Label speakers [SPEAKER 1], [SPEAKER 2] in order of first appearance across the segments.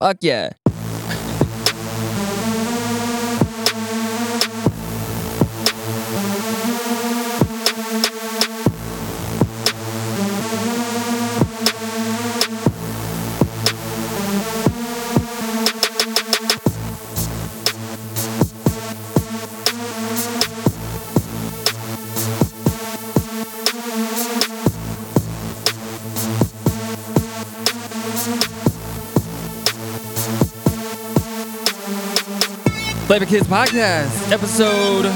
[SPEAKER 1] Fuck yeah. Flavor Kids Podcast, episode.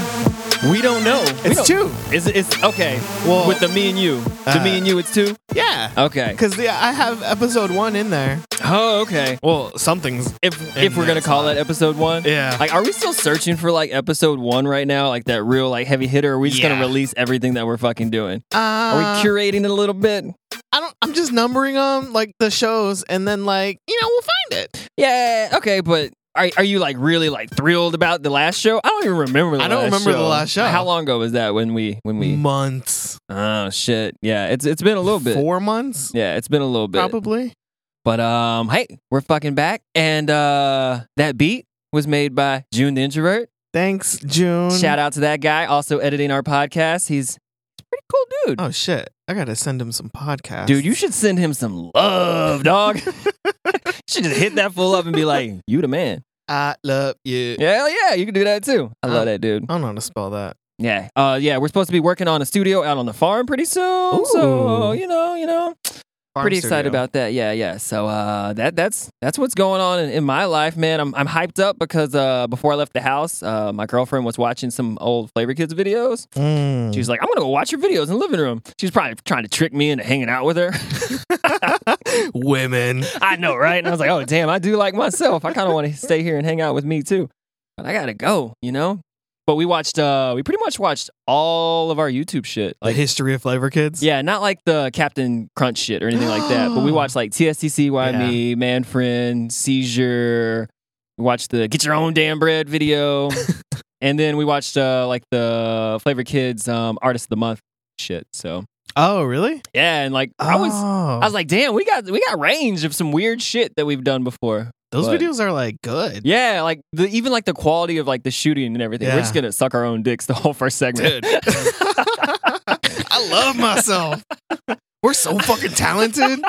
[SPEAKER 1] We don't know. We don't-
[SPEAKER 2] It's two.
[SPEAKER 1] Is it- it's okay?
[SPEAKER 2] Well,
[SPEAKER 1] with the me and you, the
[SPEAKER 2] uh,
[SPEAKER 1] me and you, it's two.
[SPEAKER 2] Yeah.
[SPEAKER 1] Okay.
[SPEAKER 2] Because yeah, I have episode one in there.
[SPEAKER 1] Oh, okay.
[SPEAKER 2] Well, something's.
[SPEAKER 1] If
[SPEAKER 2] And
[SPEAKER 1] if we're gonna
[SPEAKER 2] that's
[SPEAKER 1] call
[SPEAKER 2] not-
[SPEAKER 1] it episode one,
[SPEAKER 2] Yeah.
[SPEAKER 1] Like, are we still searching for like episode one right now? Like that real like heavy hitter? Or are we just
[SPEAKER 2] Yeah.
[SPEAKER 1] gonna release everything that we're fucking doing?
[SPEAKER 2] Uh,
[SPEAKER 1] Are we curating it a little bit?
[SPEAKER 2] I don't. I'm just numbering them like the shows, and then like you know we'll find it.
[SPEAKER 1] Yeah. Okay, but. Are, are you like really like thrilled about the last show? I don't even remember. The
[SPEAKER 2] I don't
[SPEAKER 1] last
[SPEAKER 2] remember the
[SPEAKER 1] show.
[SPEAKER 2] last show. Mm.
[SPEAKER 1] How long ago was that when we when we?
[SPEAKER 2] Months.
[SPEAKER 1] Oh shit! Yeah, it's it's been a little bit.
[SPEAKER 2] Four months.
[SPEAKER 1] Yeah, it's been a little bit.
[SPEAKER 2] Probably.
[SPEAKER 1] But um, hey, we're fucking back, and uh, that beat was made by June the Introvert.
[SPEAKER 2] Thanks, June.
[SPEAKER 1] Shout out to that guy. Also editing our podcast. He's, he's a pretty cool dude.
[SPEAKER 2] Oh shit! I gotta send him some podcasts.
[SPEAKER 1] Dude, you should send him some love, dog. you should just hit that fool up and be like, "You the man."
[SPEAKER 2] I love you.
[SPEAKER 1] Yeah, hell yeah, you can do that too. I love
[SPEAKER 2] Um,
[SPEAKER 1] that dude.
[SPEAKER 2] I don't know how to spell that.
[SPEAKER 1] Yeah, uh, yeah, we're supposed to be working on a studio out on the farm pretty soon. So
[SPEAKER 2] Ooh.
[SPEAKER 1] you know, you know,
[SPEAKER 2] Farm
[SPEAKER 1] pretty
[SPEAKER 2] studio.
[SPEAKER 1] excited about that. Yeah, yeah. So uh, that that's that's what's going on in, in my life, man. I'm I'm hyped up because uh, before I left the house, uh, my girlfriend was watching some old Flavor Kids videos.
[SPEAKER 2] Mm.
[SPEAKER 1] She was like, "I'm gonna go watch your videos in the living room." She was probably trying to trick me into hanging out with her.
[SPEAKER 2] Women.
[SPEAKER 1] I know, right? And I was like, "Oh, damn, I do like myself. I kind of want to stay here and hang out with me too." But I gotta go, you know. But we watched, uh, we pretty much watched all of our YouTube shit.
[SPEAKER 2] The
[SPEAKER 1] Like,
[SPEAKER 2] history of Flavor Kids.
[SPEAKER 1] yeah, not like the Captain Crunch shit or anything like that. But we watched like TSTC, Why
[SPEAKER 2] Yeah.
[SPEAKER 1] Me, Man Friend, Seizure. We watched the Get Your Own Damn Bread video. and then we watched uh, like the Flavor Kids um, Artist of the Month shit. So
[SPEAKER 2] Oh really?
[SPEAKER 1] yeah, and like I was
[SPEAKER 2] Oh.
[SPEAKER 1] I was like, damn, we got we got range of some weird shit that we've done before.
[SPEAKER 2] Those
[SPEAKER 1] but-
[SPEAKER 2] videos are like good.
[SPEAKER 1] Yeah, like the even like the quality of like the shooting and everything. We're
[SPEAKER 2] Yeah.
[SPEAKER 1] just gonna suck our own dicks the whole first segment.
[SPEAKER 2] Dude. I love myself. We're so fucking talented.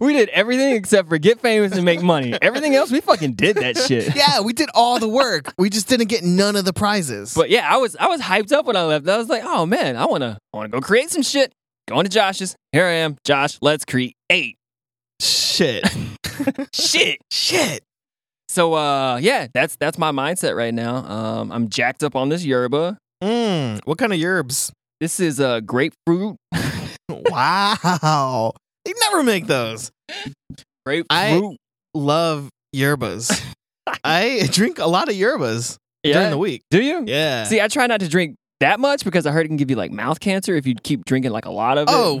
[SPEAKER 1] we did everything except for get famous and make money. Everything else, we fucking did that shit.
[SPEAKER 2] Yeah, we did all the work. We just didn't get none of the prizes.
[SPEAKER 1] But yeah, I was I was hyped up when I left. I was like, oh man, I wanna I wanna go create some shit. Going to Josh's. Here I am, Josh. Let's create
[SPEAKER 2] shit.
[SPEAKER 1] shit.
[SPEAKER 2] Shit.
[SPEAKER 1] So uh, yeah, that's that's my mindset right now. Um, I'm jacked up on this yerba.
[SPEAKER 2] Mm, what kind of yerbs?
[SPEAKER 1] This is a uh, grapefruit.
[SPEAKER 2] Wow. They never make those.
[SPEAKER 1] Grapefruit.
[SPEAKER 2] Love yerbas. I drink a lot of yerbas
[SPEAKER 1] yeah.
[SPEAKER 2] during the week.
[SPEAKER 1] Do you?
[SPEAKER 2] Yeah.
[SPEAKER 1] See, I try not to drink that much because I heard it can give you like mouth cancer if you keep drinking like a lot of it.
[SPEAKER 2] oh,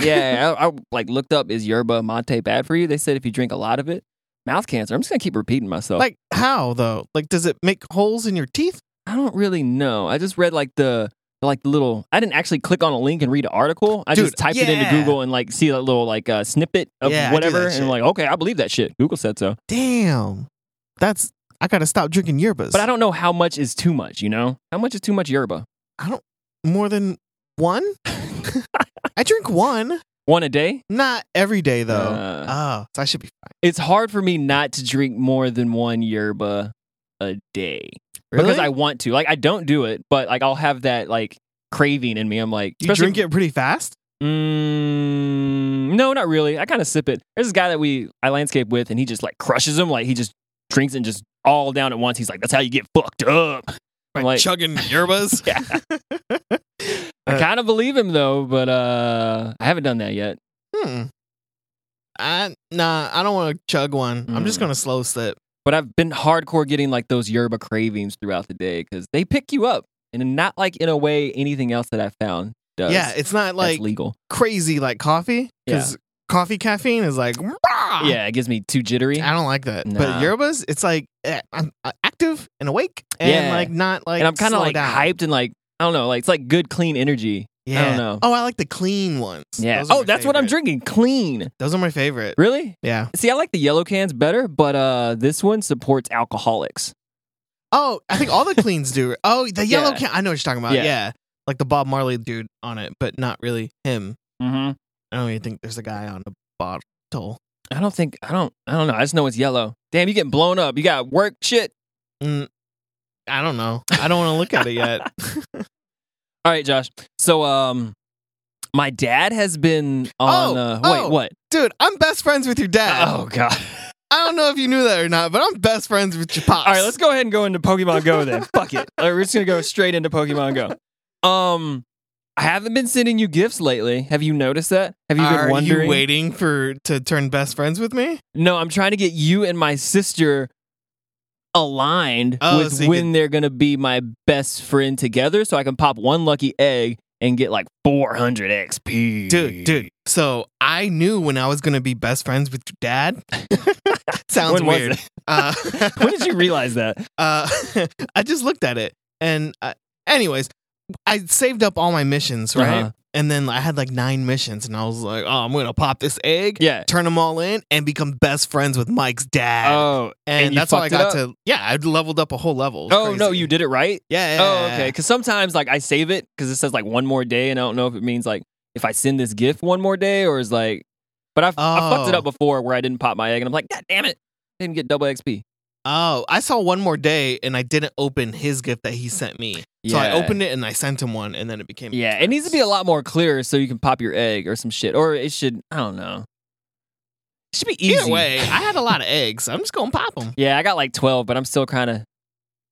[SPEAKER 1] yeah, I, I like looked up is yerba mate bad for you? They said if you drink a lot of it, mouth cancer. I'm just gonna keep repeating myself.
[SPEAKER 2] Like, how, though? Like, does it make holes in your teeth?
[SPEAKER 1] I don't really know. I just read like the like the little. I didn't actually click on a link and read an article. I just
[SPEAKER 2] Dude,
[SPEAKER 1] typed it into
[SPEAKER 2] yeah.
[SPEAKER 1] Google and like see that little like uh, snippet of
[SPEAKER 2] Yeah, I do
[SPEAKER 1] whatever,
[SPEAKER 2] that
[SPEAKER 1] and
[SPEAKER 2] shit.
[SPEAKER 1] I'm like, okay, I believe that shit. Google said so,
[SPEAKER 2] Damn. That's, I gotta stop drinking yerbas.
[SPEAKER 1] but I don't know how much is too much. You know, how much is too much yerba?
[SPEAKER 2] more than one? I drink one.
[SPEAKER 1] One a day.
[SPEAKER 2] Not every day though.
[SPEAKER 1] Uh.
[SPEAKER 2] oh, so I should be
[SPEAKER 1] It's hard for me not to drink more than one yerba a day because I want to. Like I don't do it, but like I'll have that like craving in me. I'm like,
[SPEAKER 2] you drink it pretty fast.
[SPEAKER 1] Mm, no, not really. I kind of sip it. There's this guy that we I landscape with, and he just like crushes them. Like he just drinks and just all down at once. He's like, "That's how you get fucked up." I'm like,
[SPEAKER 2] chugging yerbas.
[SPEAKER 1] yeah. I kind of believe him though, but uh, I haven't done that yet.
[SPEAKER 2] Hmm. I nah. I don't want to chug one. I'm just
[SPEAKER 1] Mm.
[SPEAKER 2] gonna slow slip.
[SPEAKER 1] But I've been hardcore getting like those yerba cravings throughout the day because they pick you up, and not like in a way anything else that I found does.
[SPEAKER 2] Yeah, it's not
[SPEAKER 1] That's
[SPEAKER 2] like
[SPEAKER 1] legal.
[SPEAKER 2] crazy like coffee because coffee caffeine is like rah!
[SPEAKER 1] Yeah, it gives me too jittery.
[SPEAKER 2] I don't like that.
[SPEAKER 1] Nah.
[SPEAKER 2] But yerbas, it's like eh, I'm uh, active and awake and
[SPEAKER 1] Yeah.
[SPEAKER 2] like not like
[SPEAKER 1] and I'm kind of
[SPEAKER 2] slow
[SPEAKER 1] like
[SPEAKER 2] down.
[SPEAKER 1] hyped and like I don't know, like it's like good clean energy.
[SPEAKER 2] Yeah.
[SPEAKER 1] I don't know.
[SPEAKER 2] Oh, I like the clean ones.
[SPEAKER 1] Yeah.
[SPEAKER 2] Those are
[SPEAKER 1] Oh,
[SPEAKER 2] my
[SPEAKER 1] that's what I'm
[SPEAKER 2] favorite.
[SPEAKER 1] drinking. Clean.
[SPEAKER 2] Those are my favorite.
[SPEAKER 1] Really?
[SPEAKER 2] Yeah.
[SPEAKER 1] See, I like the yellow cans better, but uh, this one supports alcoholics.
[SPEAKER 2] Oh, I think all the cleans do. Oh, the yellow
[SPEAKER 1] Yeah.
[SPEAKER 2] can. I know what you're talking about.
[SPEAKER 1] Yeah.
[SPEAKER 2] Yeah. Like the Bob Marley dude on it, but not really him.
[SPEAKER 1] Mm-hmm.
[SPEAKER 2] I don't even think there's a guy on the bottle.
[SPEAKER 1] I don't think I don't I don't know. I just know it's yellow. Damn, you getting blown up. You got work shit.
[SPEAKER 2] Mm, I don't know. I don't want to look at it yet.
[SPEAKER 1] All right, Josh. So um, my dad has been on.
[SPEAKER 2] Oh,
[SPEAKER 1] uh, wait,
[SPEAKER 2] oh.
[SPEAKER 1] what?
[SPEAKER 2] Dude, I'm best friends with your dad.
[SPEAKER 1] Oh god.
[SPEAKER 2] I don't know if you knew that or not, but I'm best friends with your pops.
[SPEAKER 1] All right, let's go ahead and go into Pokemon Go then. Fuck it. All right, we're just gonna go straight into Pokemon Go. Um, I haven't been sending you gifts lately. Have you noticed that? Have you been
[SPEAKER 2] Are
[SPEAKER 1] wondering?
[SPEAKER 2] you waiting for to turn best friends with me?
[SPEAKER 1] No, I'm trying to get you and my sister aligned
[SPEAKER 2] Oh,
[SPEAKER 1] with
[SPEAKER 2] so you
[SPEAKER 1] when they're gonna be my best friend together, so I can pop one lucky egg and get like 400 XP.
[SPEAKER 2] Dude, dude. So I knew when I was gonna be best friends with your dad. Sounds
[SPEAKER 1] When was
[SPEAKER 2] weird.
[SPEAKER 1] it?
[SPEAKER 2] Uh,
[SPEAKER 1] when did you realize that?
[SPEAKER 2] uh, I just looked at it, and uh, anyways, I saved up all my missions, right?
[SPEAKER 1] Uh-huh.
[SPEAKER 2] And then I had like nine missions, and I was like, "Oh, I'm gonna pop this egg,
[SPEAKER 1] Yeah.
[SPEAKER 2] turn them all in, and become best friends with Mike's dad."
[SPEAKER 1] Oh,
[SPEAKER 2] and,
[SPEAKER 1] and you
[SPEAKER 2] that's how I
[SPEAKER 1] fucked it
[SPEAKER 2] got to. Yeah, I leveled up a whole level. It was
[SPEAKER 1] oh no,
[SPEAKER 2] crazy.
[SPEAKER 1] you did it right.
[SPEAKER 2] Yeah.
[SPEAKER 1] Oh, okay. Because sometimes like I save it because it says like one more day, and I don't know if it means like if I send this gift one more day or is like. But I've I fucked it
[SPEAKER 2] Oh.
[SPEAKER 1] up before where I didn't pop my egg, and I'm like, God damn it, I didn't get double XP.
[SPEAKER 2] Oh, I saw one more day, and I didn't open his gift that he sent me. So I
[SPEAKER 1] Yeah.
[SPEAKER 2] opened it and I sent him one, and then it became.
[SPEAKER 1] Yeah, it needs to be a lot more clear so you can pop your egg or some shit, or it should. I don't know. It should be easy.
[SPEAKER 2] Either way, I had a lot of eggs. I'm just gonna pop them.
[SPEAKER 1] Yeah, I got like twelve, but I'm still kind of,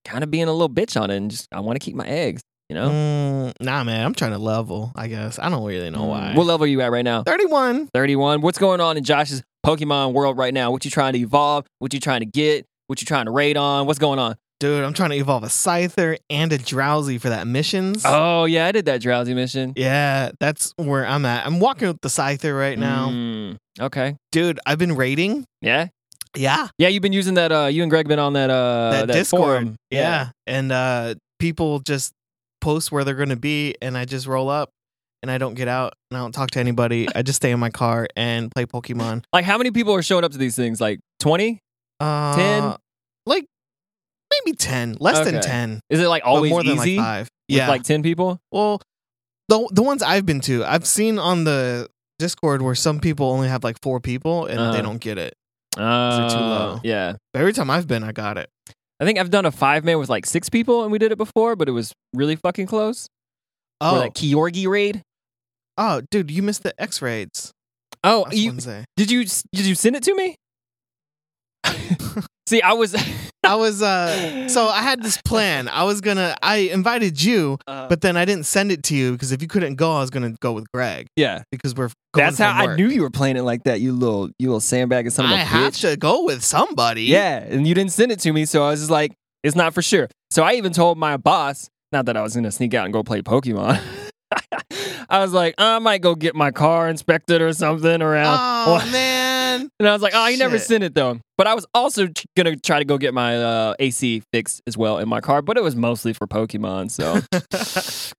[SPEAKER 1] kind of being a little bitch on it, and just I want to keep my eggs. You know.
[SPEAKER 2] Mm, nah, man, I'm trying to level. I guess I don't really
[SPEAKER 1] Mm.
[SPEAKER 2] know why.
[SPEAKER 1] What level are you at right now?
[SPEAKER 2] 31.
[SPEAKER 1] Thirty-one. What's going on in Josh's Pokemon world right now? What you trying to evolve? What you trying to get? What you trying to raid on? What's going on?
[SPEAKER 2] Dude, I'm trying to evolve a Scyther and a Drowsy for that missions.
[SPEAKER 1] Oh yeah, I did that drowsy mission
[SPEAKER 2] Yeah, that's where I'm at. I'm walking with the Scyther right now.
[SPEAKER 1] Mm, okay.
[SPEAKER 2] Dude, I've been raiding.
[SPEAKER 1] Yeah.
[SPEAKER 2] Yeah.
[SPEAKER 1] Yeah, you've been using that. Uh, you and Greg been on that. Uh,
[SPEAKER 2] that, Discord.
[SPEAKER 1] forum.
[SPEAKER 2] Yeah. And uh people just post where they're gonna be and I just roll up and I don't get out and I don't talk to anybody. I just stay in my car and play Pokemon.
[SPEAKER 1] Like, how many people are showing up to these things? Like twenty?
[SPEAKER 2] Uh,
[SPEAKER 1] 10?
[SPEAKER 2] Like maybe ten. Less than
[SPEAKER 1] Okay.
[SPEAKER 2] ten.
[SPEAKER 1] Is it like
[SPEAKER 2] but
[SPEAKER 1] always
[SPEAKER 2] more than
[SPEAKER 1] easy?
[SPEAKER 2] like five.
[SPEAKER 1] With
[SPEAKER 2] Yeah.
[SPEAKER 1] like 10 people?
[SPEAKER 2] Well, the the ones I've been to, I've seen on the Discord where some people only have like four people and
[SPEAKER 1] Uh-huh.
[SPEAKER 2] they don't get it.
[SPEAKER 1] Uh,
[SPEAKER 2] too low?
[SPEAKER 1] Yeah.
[SPEAKER 2] But every time I've been, I got it.
[SPEAKER 1] I think I've done a five man with like six people and we did it before, but it was really fucking close.
[SPEAKER 2] Oh,
[SPEAKER 1] Or that Kyorgi raid.
[SPEAKER 2] oh, dude, you missed the X rays.
[SPEAKER 1] Oh,
[SPEAKER 2] Last
[SPEAKER 1] you,
[SPEAKER 2] Wednesday.
[SPEAKER 1] did you did you send it to me? See, I was
[SPEAKER 2] I was uh, so I had this plan. I was gonna, I invited you, but then I didn't send it to you because if you couldn't go, I was gonna go with Greg
[SPEAKER 1] yeah,
[SPEAKER 2] because we're. Going
[SPEAKER 1] that's how
[SPEAKER 2] from
[SPEAKER 1] I
[SPEAKER 2] work.
[SPEAKER 1] knew you were playing it like that. You little you little sandbag and son of a
[SPEAKER 2] I have
[SPEAKER 1] bitch.
[SPEAKER 2] to go with somebody.
[SPEAKER 1] Yeah, and you didn't send it to me, so I was just like, it's not for sure. So I even told my boss, not that I was gonna sneak out and go play Pokemon. I was like, I might go get my car inspected or something around.
[SPEAKER 2] Oh
[SPEAKER 1] one."
[SPEAKER 2] man.
[SPEAKER 1] and I was like, oh, you never
[SPEAKER 2] shit.
[SPEAKER 1] sent it though. But I was also t- gonna try to go get my uh, AC fixed as well in my car, but it was mostly for Pokemon, so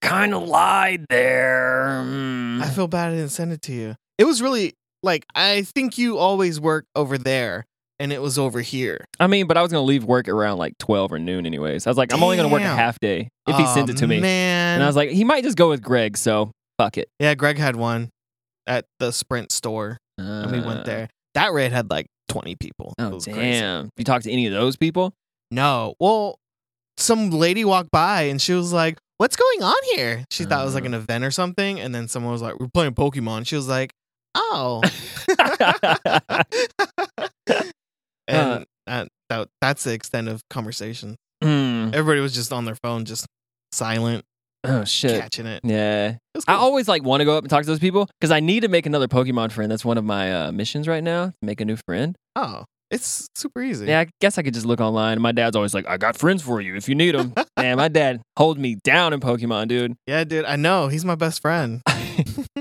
[SPEAKER 1] kind of lied there. Hmm.
[SPEAKER 2] I feel bad I didn't send it to you. It was really like I think you always work over there, and it was over here.
[SPEAKER 1] I mean, but I was gonna leave work around like twelve or noon, anyways. I was like, I'm only gonna work a
[SPEAKER 2] Damn.
[SPEAKER 1] half day if he
[SPEAKER 2] Aw,
[SPEAKER 1] sends it to me.
[SPEAKER 2] man.
[SPEAKER 1] And I was like, he might just go with Greg, so fuck it.
[SPEAKER 2] yeah, Greg had one at the Sprint store, and we
[SPEAKER 1] Uh,
[SPEAKER 2] went there. That raid had like twenty people. It
[SPEAKER 1] Oh
[SPEAKER 2] was
[SPEAKER 1] damn!
[SPEAKER 2] crazy.
[SPEAKER 1] You talk to any of those people?
[SPEAKER 2] No, well, some lady walked by and she was like, "What's going on here?" She thought it was like
[SPEAKER 1] Uh.
[SPEAKER 2] an event or something, and then someone was like, "We're playing Pokemon." She was like, "Oh."
[SPEAKER 1] Uh.
[SPEAKER 2] and that, that, that's the extent of conversation.
[SPEAKER 1] Hmm.
[SPEAKER 2] Everybody was just on their phone, just silent,
[SPEAKER 1] Oh shit!
[SPEAKER 2] catching it.
[SPEAKER 1] Yeah,
[SPEAKER 2] It was
[SPEAKER 1] I
[SPEAKER 2] cool.
[SPEAKER 1] always like want to go up and talk to those people because I need to make another Pokemon friend. That's one of my uh, missions right now. to Make a new friend.
[SPEAKER 2] oh, it's super easy.
[SPEAKER 1] Yeah, I guess I could just look online. My dad's always like, "I got friends for you if you need them." Man, my dad hold me down in Pokemon, dude.
[SPEAKER 2] yeah, dude. I know he's my best friend.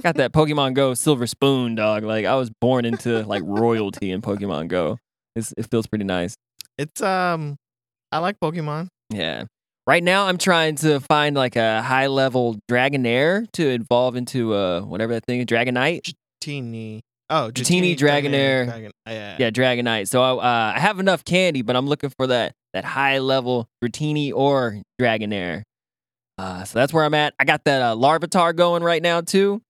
[SPEAKER 1] got that Pokemon Go silver spoon, dog. Like I was born into like royalty in Pokemon Go. It's, it feels pretty nice.
[SPEAKER 2] It's um, I like Pokemon.
[SPEAKER 1] Yeah. Right now, I'm trying to find like a high level Dragonair to evolve into uh whatever that thing, is, Dragonite.
[SPEAKER 2] Teeny. Oh,
[SPEAKER 1] Dratini
[SPEAKER 2] Dratini
[SPEAKER 1] Dragonair.
[SPEAKER 2] Dragon- yeah.
[SPEAKER 1] Yeah, Dragonite. So I, uh, I have enough candy, but I'm looking for that that high level Dratini or Dragonair. Uh, so that's where I'm at. I got that uh, Larvitar going right now too.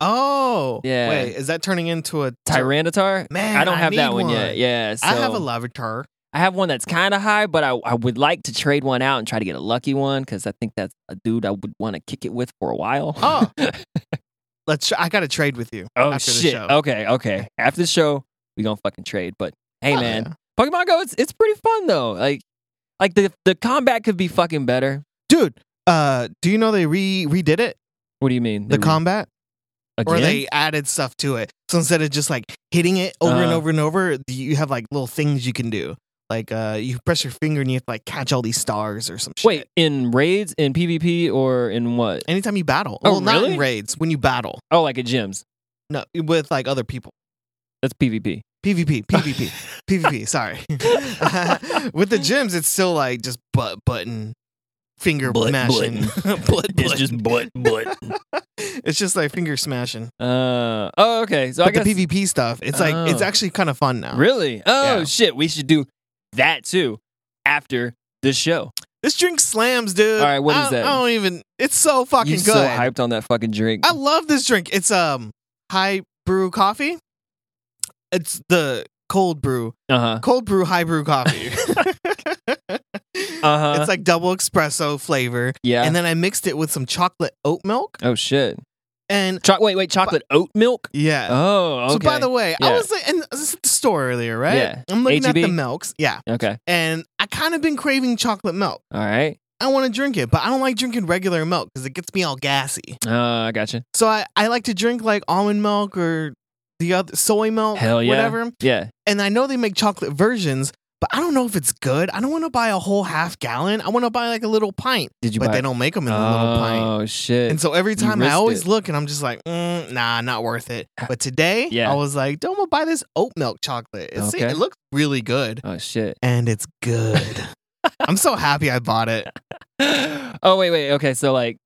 [SPEAKER 2] Oh.
[SPEAKER 1] Yeah.
[SPEAKER 2] Wait, is that turning into a
[SPEAKER 1] Tyranitar.
[SPEAKER 2] Man,
[SPEAKER 1] I don't have that
[SPEAKER 2] need
[SPEAKER 1] one, yet. Yeah, so
[SPEAKER 2] I have a Lavatar.
[SPEAKER 1] I have one that's kind of high, but I, I would like to trade one out and try to get a lucky one because I think that's a dude I would want to kick it with for a while.
[SPEAKER 2] Oh. Let's. Tr- I got to trade with you.
[SPEAKER 1] Oh
[SPEAKER 2] after
[SPEAKER 1] shit.
[SPEAKER 2] The show.
[SPEAKER 1] Okay, okay. After the show, we gonna fucking trade. But hey,
[SPEAKER 2] Oh,
[SPEAKER 1] man,
[SPEAKER 2] yeah.
[SPEAKER 1] Pokemon Go, it's it's pretty fun though. Like, like the the combat could be fucking better.
[SPEAKER 2] dude. Uh, do you know they re redid it?
[SPEAKER 1] What do you mean?
[SPEAKER 2] The
[SPEAKER 1] They re-
[SPEAKER 2] combat, or
[SPEAKER 1] again?
[SPEAKER 2] they added stuff to it. So instead of just like hitting it over and
[SPEAKER 1] Uh.
[SPEAKER 2] over and over, you have like little things you can do. Like uh, you press your finger and you have to like catch all these stars or some shit.
[SPEAKER 1] wait in raids in PvP or in what?
[SPEAKER 2] anytime you battle.
[SPEAKER 1] Oh,
[SPEAKER 2] well, not
[SPEAKER 1] really?
[SPEAKER 2] in raids. When you battle,
[SPEAKER 1] Oh, like at gyms.
[SPEAKER 2] no, with like other people.
[SPEAKER 1] That's PvP.
[SPEAKER 2] PvP, PvP, PvP. Sorry. with the gyms, it's still like just butt button, finger
[SPEAKER 1] Butt
[SPEAKER 2] mashing. butt, button.
[SPEAKER 1] butt butt.
[SPEAKER 2] it's just like finger smashing.
[SPEAKER 1] uh oh, okay. So I
[SPEAKER 2] but
[SPEAKER 1] guess
[SPEAKER 2] the PvP stuff, it's like it's
[SPEAKER 1] Oh.
[SPEAKER 2] actually kind of fun now.
[SPEAKER 1] really. Oh
[SPEAKER 2] Yeah.
[SPEAKER 1] shit, we should do that too after the show.
[SPEAKER 2] This drink slams, dude.
[SPEAKER 1] All right, what
[SPEAKER 2] I,
[SPEAKER 1] is that?
[SPEAKER 2] I don't even. It's so fucking
[SPEAKER 1] you
[SPEAKER 2] good.
[SPEAKER 1] so hyped on that fucking drink.
[SPEAKER 2] I love this drink. It's um high brew coffee. It's the cold brew,
[SPEAKER 1] Uh huh.
[SPEAKER 2] cold brew high brew coffee.
[SPEAKER 1] Uh huh.
[SPEAKER 2] It's like double espresso flavor,
[SPEAKER 1] yeah.
[SPEAKER 2] and then I mixed it with some chocolate oat milk
[SPEAKER 1] oh shit.
[SPEAKER 2] and
[SPEAKER 1] Cho- wait, wait, chocolate oat milk?
[SPEAKER 2] yeah.
[SPEAKER 1] Oh, okay.
[SPEAKER 2] So by the way, I
[SPEAKER 1] Yeah.
[SPEAKER 2] was like, in this is at the store earlier, right?
[SPEAKER 1] Yeah. E
[SPEAKER 2] I'm looking at
[SPEAKER 1] H-E-B?
[SPEAKER 2] the milks, yeah,
[SPEAKER 1] okay.
[SPEAKER 2] and I kind of been craving chocolate milk.
[SPEAKER 1] All right.
[SPEAKER 2] I want to drink it, but I don't like drinking regular milk because it gets me all gassy.
[SPEAKER 1] Uh, I gotcha.
[SPEAKER 2] So I, I like to drink like almond milk or the other soy milk,
[SPEAKER 1] Hell yeah.
[SPEAKER 2] whatever.
[SPEAKER 1] Yeah.
[SPEAKER 2] And I know they make chocolate versions, but I don't know if it's good. I don't want to buy a whole half gallon. I want to buy like a little pint,
[SPEAKER 1] Did you
[SPEAKER 2] but
[SPEAKER 1] buy
[SPEAKER 2] they don't make them in a
[SPEAKER 1] oh,
[SPEAKER 2] little pint.
[SPEAKER 1] shit.
[SPEAKER 2] And so every
[SPEAKER 1] You
[SPEAKER 2] time I
[SPEAKER 1] risked
[SPEAKER 2] always
[SPEAKER 1] it. Ah,
[SPEAKER 2] look and I'm just like, mm, nah, not worth it. But today
[SPEAKER 1] Yeah.
[SPEAKER 2] I was like, don't wanna buy this oat milk chocolate. It, se-
[SPEAKER 1] Okay.
[SPEAKER 2] it looks really good.
[SPEAKER 1] oh shit.
[SPEAKER 2] And it's good. I'm so happy I bought it.
[SPEAKER 1] oh wait, wait. Okay, so like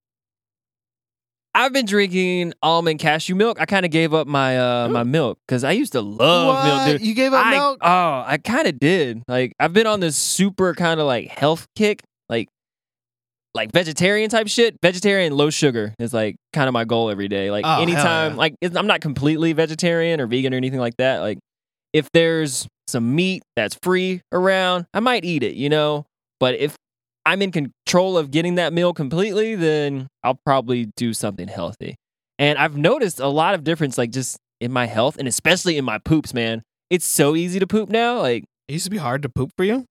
[SPEAKER 1] I've been drinking almond cashew milk. I kind of gave up my uh my milk cuz I used to love
[SPEAKER 2] What?
[SPEAKER 1] milk, dude.
[SPEAKER 2] You gave up
[SPEAKER 1] I,
[SPEAKER 2] milk?
[SPEAKER 1] Oh, I kind of did. Like I've been on this super kind of like health kick, like like vegetarian type shit. Vegetarian, low sugar is like kind of my goal every day. Like
[SPEAKER 2] Oh, hell
[SPEAKER 1] anytime,
[SPEAKER 2] yeah.
[SPEAKER 1] like it's, I'm not completely vegetarian or vegan or anything like that. Like if there's some meat that's free around, I might eat it, you know. But if I'm in control of getting that meal completely, then I'll probably do something healthy. And I've noticed a lot of difference, like just in my health and especially in my poops, man. It's so easy to poop now. Like,
[SPEAKER 2] It used to be hard to poop for you.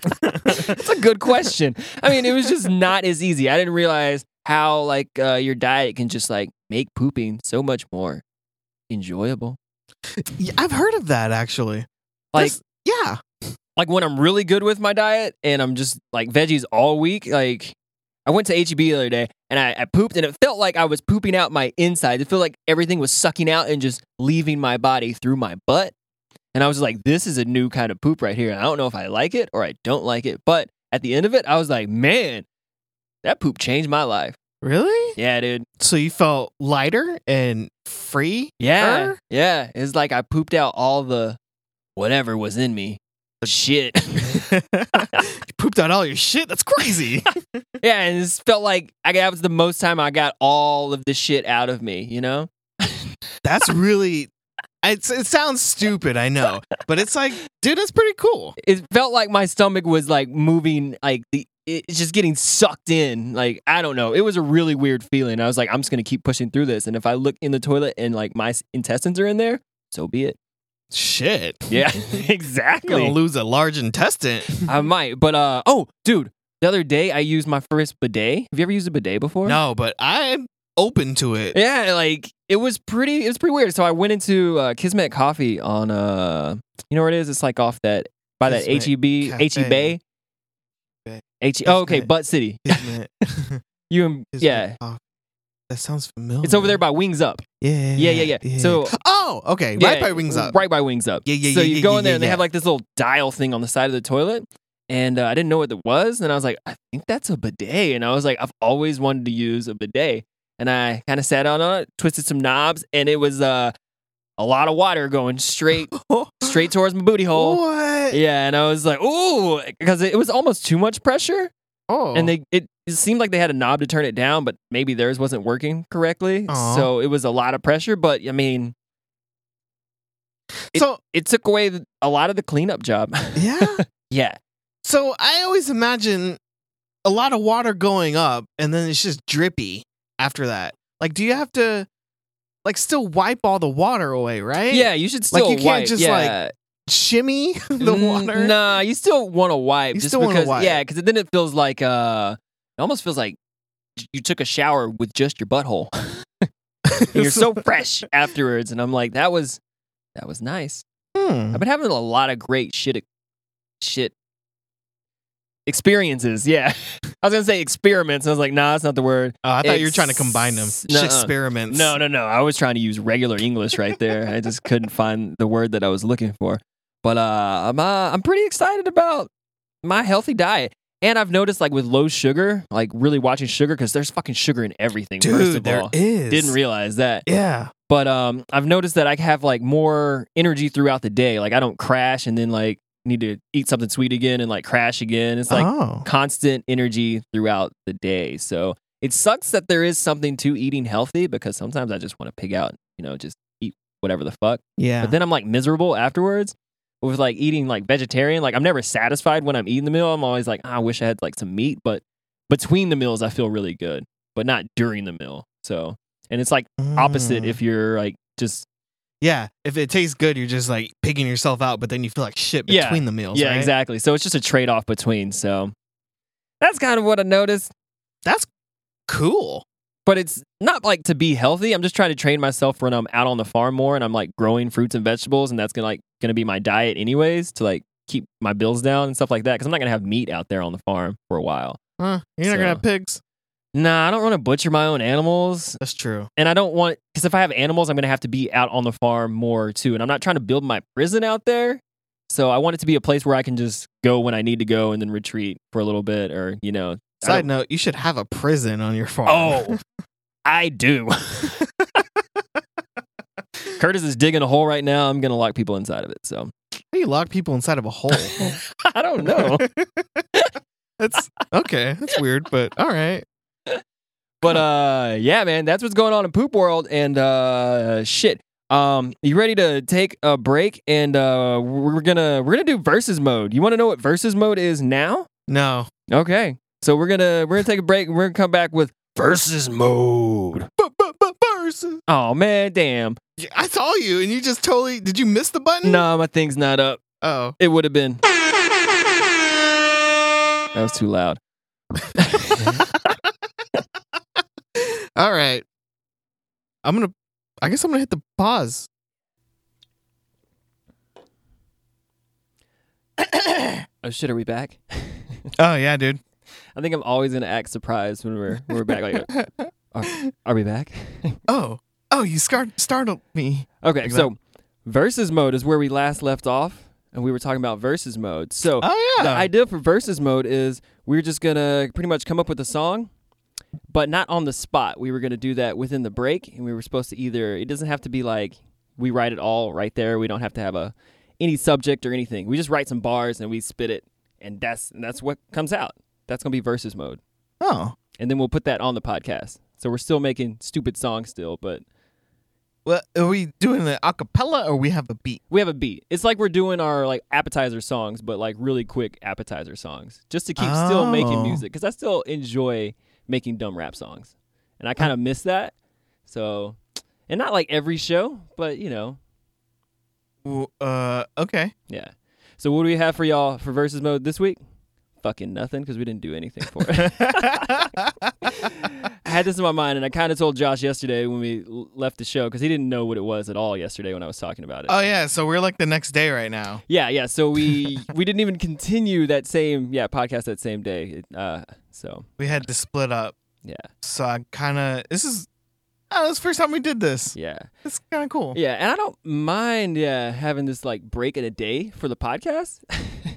[SPEAKER 1] it's a good question. I mean, it was just not as easy. I didn't realize how like uh, your diet can just like make pooping so much more enjoyable.
[SPEAKER 2] Yeah, I've heard of that actually.
[SPEAKER 1] Like,
[SPEAKER 2] That's- yeah.
[SPEAKER 1] like when I'm really good with my diet and I'm just like veggies all week, like I went to HEB the other day and I, I pooped and it felt like I was pooping out my insides. It felt like everything was sucking out and just leaving my body through my butt. And I was like, this is a new kind of poop right here. And I don't know if I like it or I don't like it. But at the end of it, I was like, man, that poop changed my life.
[SPEAKER 2] Really?
[SPEAKER 1] Yeah, dude.
[SPEAKER 2] So you felt lighter and free?
[SPEAKER 1] Yeah.
[SPEAKER 2] Er?
[SPEAKER 1] Yeah. It's like I pooped out all the whatever was in me. Shit.
[SPEAKER 2] you pooped out all your shit? That's crazy.
[SPEAKER 1] Yeah, and it felt like I that was the most time I got all of the shit out of me, you know?
[SPEAKER 2] That's really. It's, it sounds stupid, I know, but it's like, dude, that's pretty cool.
[SPEAKER 1] It felt like my stomach was like moving like the it- it's just getting sucked in. Like, I don't know. It was a really weird feeling. I was like, I'm just gonna keep pushing through this. And if I look in the toilet and like my s- intestines are in there, so be it.
[SPEAKER 2] Shit.
[SPEAKER 1] Yeah,
[SPEAKER 2] You're gonna
[SPEAKER 1] exactly.
[SPEAKER 2] lose a large intestine.
[SPEAKER 1] I might. But uh oh, dude, the other day I used my first bidet. Have you ever used a bidet before?
[SPEAKER 2] no, but I'm open to it.
[SPEAKER 1] Yeah, like it was pretty. It was pretty weird. So I went into uh, Kismet Coffee on uh, you know where it is? It's like off that by that
[SPEAKER 2] Kismet
[SPEAKER 1] H E B H E
[SPEAKER 2] Cafe.
[SPEAKER 1] Bay. H oh okay,
[SPEAKER 2] Kismet.
[SPEAKER 1] Butt City.
[SPEAKER 2] Isn't it? Isn't
[SPEAKER 1] You and
[SPEAKER 2] it
[SPEAKER 1] yeah,
[SPEAKER 2] off? that sounds familiar.
[SPEAKER 1] it's over there by Wings Up.
[SPEAKER 2] Yeah.
[SPEAKER 1] Yeah, yeah, yeah. So
[SPEAKER 2] Oh, okay.
[SPEAKER 1] yeah,
[SPEAKER 2] right by Wings Up.
[SPEAKER 1] Right by Wings Up.
[SPEAKER 2] Yeah, yeah,
[SPEAKER 1] So
[SPEAKER 2] yeah,
[SPEAKER 1] you
[SPEAKER 2] yeah,
[SPEAKER 1] go
[SPEAKER 2] yeah,
[SPEAKER 1] in there
[SPEAKER 2] yeah,
[SPEAKER 1] and they
[SPEAKER 2] yeah.
[SPEAKER 1] have like this little dial thing on the side of the toilet, and uh, I didn't know what it was. And I was like, I think that's a bidet. And I was like, I've always wanted to use a bidet. And I kind of sat on it, twisted some knobs, and it was uh, a lot of water going straight straight towards my booty hole.
[SPEAKER 2] What?
[SPEAKER 1] Yeah, and I was like, ooh, because it was almost too much pressure,
[SPEAKER 2] Oh.
[SPEAKER 1] and they it, it seemed like they had a knob to turn it down, but maybe theirs wasn't working correctly,
[SPEAKER 2] Aw.
[SPEAKER 1] so it was a lot of pressure. But I mean,
[SPEAKER 2] Oh, so
[SPEAKER 1] it took away the- a lot of the cleanup job.
[SPEAKER 2] yeah.
[SPEAKER 1] yeah,
[SPEAKER 2] So I always imagine a lot of water going up and then it's just drippy after that. Like, do you have to like still wipe all the water away, right?
[SPEAKER 1] yeah, you should
[SPEAKER 2] Like,
[SPEAKER 1] still
[SPEAKER 2] you can't
[SPEAKER 1] wipe.
[SPEAKER 2] just,
[SPEAKER 1] yeah.
[SPEAKER 2] Shimmy the
[SPEAKER 1] Mm,
[SPEAKER 2] water.
[SPEAKER 1] Nah, you still want to wipe.
[SPEAKER 2] You
[SPEAKER 1] just
[SPEAKER 2] still wanna
[SPEAKER 1] because,
[SPEAKER 2] wipe.
[SPEAKER 1] Yeah, because then it feels like uh, it almost feels like j- you took a shower with just your butthole. And you're so fresh afterwards, and I'm like, that was that was nice.
[SPEAKER 2] Hmm.
[SPEAKER 1] I've been having a lot of great shit shit experiences. Yeah, I was gonna say experiments. I was like, nah, that's not the word.
[SPEAKER 2] Oh, I thought you were trying to
[SPEAKER 1] It's-
[SPEAKER 2] combine them.
[SPEAKER 1] nuh-uh.
[SPEAKER 2] Experiments.
[SPEAKER 1] No, no, no. I was trying to use regular English right there. I just couldn't find the word that I was looking for. But uh, I'm uh, I'm pretty excited about my healthy diet. And I've noticed like with low sugar, like really watching sugar because there's fucking sugar in everything. first
[SPEAKER 2] Dude,
[SPEAKER 1] of
[SPEAKER 2] there
[SPEAKER 1] all.
[SPEAKER 2] is.
[SPEAKER 1] Didn't realize that.
[SPEAKER 2] Yeah.
[SPEAKER 1] But um, I've noticed that I have like more energy throughout the day. Like I don't crash and then like need to eat something sweet again and like crash again. It's like
[SPEAKER 2] oh.
[SPEAKER 1] constant energy throughout the day. So it sucks that there is something to eating healthy because sometimes I just want to pig out, you know, just eat whatever the fuck.
[SPEAKER 2] Yeah.
[SPEAKER 1] But then I'm like miserable afterwards with like eating like vegetarian. Like I'm never satisfied when I'm eating the meal. I'm always like, "Ah, I wish I had like some meat, but between the meals I feel really good, but not during the meal. So and it's like opposite
[SPEAKER 2] Mm.
[SPEAKER 1] if you're like just
[SPEAKER 2] Yeah. If it tastes good, you're just like pigging yourself out, but then you feel like shit
[SPEAKER 1] Yeah.
[SPEAKER 2] between the meals.
[SPEAKER 1] yeah
[SPEAKER 2] right?
[SPEAKER 1] exactly. So it's just a trade off between. So that's kind of what I noticed.
[SPEAKER 2] That's cool.
[SPEAKER 1] but it's not like to be healthy. I'm just trying to train myself when I'm out on the farm more and I'm like growing fruits and vegetables, and that's gonna like gonna be my diet anyways to like keep my bills down and stuff like that. Because I'm not gonna have meat out there on the farm for a while.
[SPEAKER 2] Huh. You're not
[SPEAKER 1] So-
[SPEAKER 2] gonna have pigs.
[SPEAKER 1] Nah, I don't want to butcher my own animals,
[SPEAKER 2] That's true.
[SPEAKER 1] and I don't want because if I have animals, I'm gonna have to be out on the farm more too. And I'm not trying to build my prison out there. So I want it to be a place where I can just go when I need to go and then retreat for a little bit, or you know, I don't-
[SPEAKER 2] Side note, you should have a prison on your farm.
[SPEAKER 1] Oh, I do. Curtis is digging a hole right now. I'm gonna lock people inside of it. So
[SPEAKER 2] How do you lock people inside of a hole?
[SPEAKER 1] I don't know,
[SPEAKER 2] that's okay. That's weird, but all right.
[SPEAKER 1] but uh, yeah, man, that's what's going on in poop world and uh, shit. Um, you ready to take a break and uh, we're gonna we're gonna do versus mode. You want to know what versus mode is now?
[SPEAKER 2] No.
[SPEAKER 1] Okay, so we're gonna we're gonna take a break. and We're gonna come back with versus mode.
[SPEAKER 2] Versus.
[SPEAKER 1] Oh man, damn.
[SPEAKER 2] I saw you and you just totally did you miss the button?
[SPEAKER 1] No, my thing's not up.
[SPEAKER 2] Oh.
[SPEAKER 1] It would have been. That was too loud.
[SPEAKER 2] All right. I'm gonna I guess I'm gonna hit the pause.
[SPEAKER 1] Oh shit, are we back?
[SPEAKER 2] Oh yeah, dude.
[SPEAKER 1] I think I'm always gonna act surprised when we're when we're back. Like, are, are we back?
[SPEAKER 2] Oh. Oh, you scar- startled me.
[SPEAKER 1] okay,
[SPEAKER 2] Like
[SPEAKER 1] so versus mode is where we last left off, and we were talking about versus mode. So
[SPEAKER 2] Oh yeah.
[SPEAKER 1] the idea for versus mode is we're just gonna pretty much come up with a song, but not on the spot. We were gonna do that within the break, and we were supposed to either. It doesn't have to be like we write it all right there. We don't have to have a any subject or anything. We just write some bars and we spit it, and that's and that's what comes out. That's gonna be versus mode.
[SPEAKER 2] oh.
[SPEAKER 1] and then we'll put that on the podcast. So we're still making stupid songs still, but
[SPEAKER 2] Well, are we doing an acapella or we have a beat?
[SPEAKER 1] we have a beat. It's like we're doing our like appetizer songs, but like really quick appetizer songs, just to keep still making
[SPEAKER 2] Oh.
[SPEAKER 1] music because I still enjoy making dumb rap songs, and I kind of miss that. So, and not like every show, but you know,
[SPEAKER 2] Well, Uh, okay.
[SPEAKER 1] yeah. So what do we have for y'all for versus mode this week? Fucking nothing because we didn't do anything for it. I had this in my mind, and I kind of told Josh yesterday when we l- left the show because he didn't know what it was at all yesterday when I was talking about it.
[SPEAKER 2] Oh yeah, so we're like the next day right now.
[SPEAKER 1] Yeah, yeah. So we we didn't even continue that same yeah podcast that same day. It, uh, so
[SPEAKER 2] We had to split up.
[SPEAKER 1] yeah,
[SPEAKER 2] So I kind of this is oh, this is the first time we did this.
[SPEAKER 1] yeah,
[SPEAKER 2] It's kind of cool.
[SPEAKER 1] yeah. And I don't mind yeah having this like break in a day for the podcast.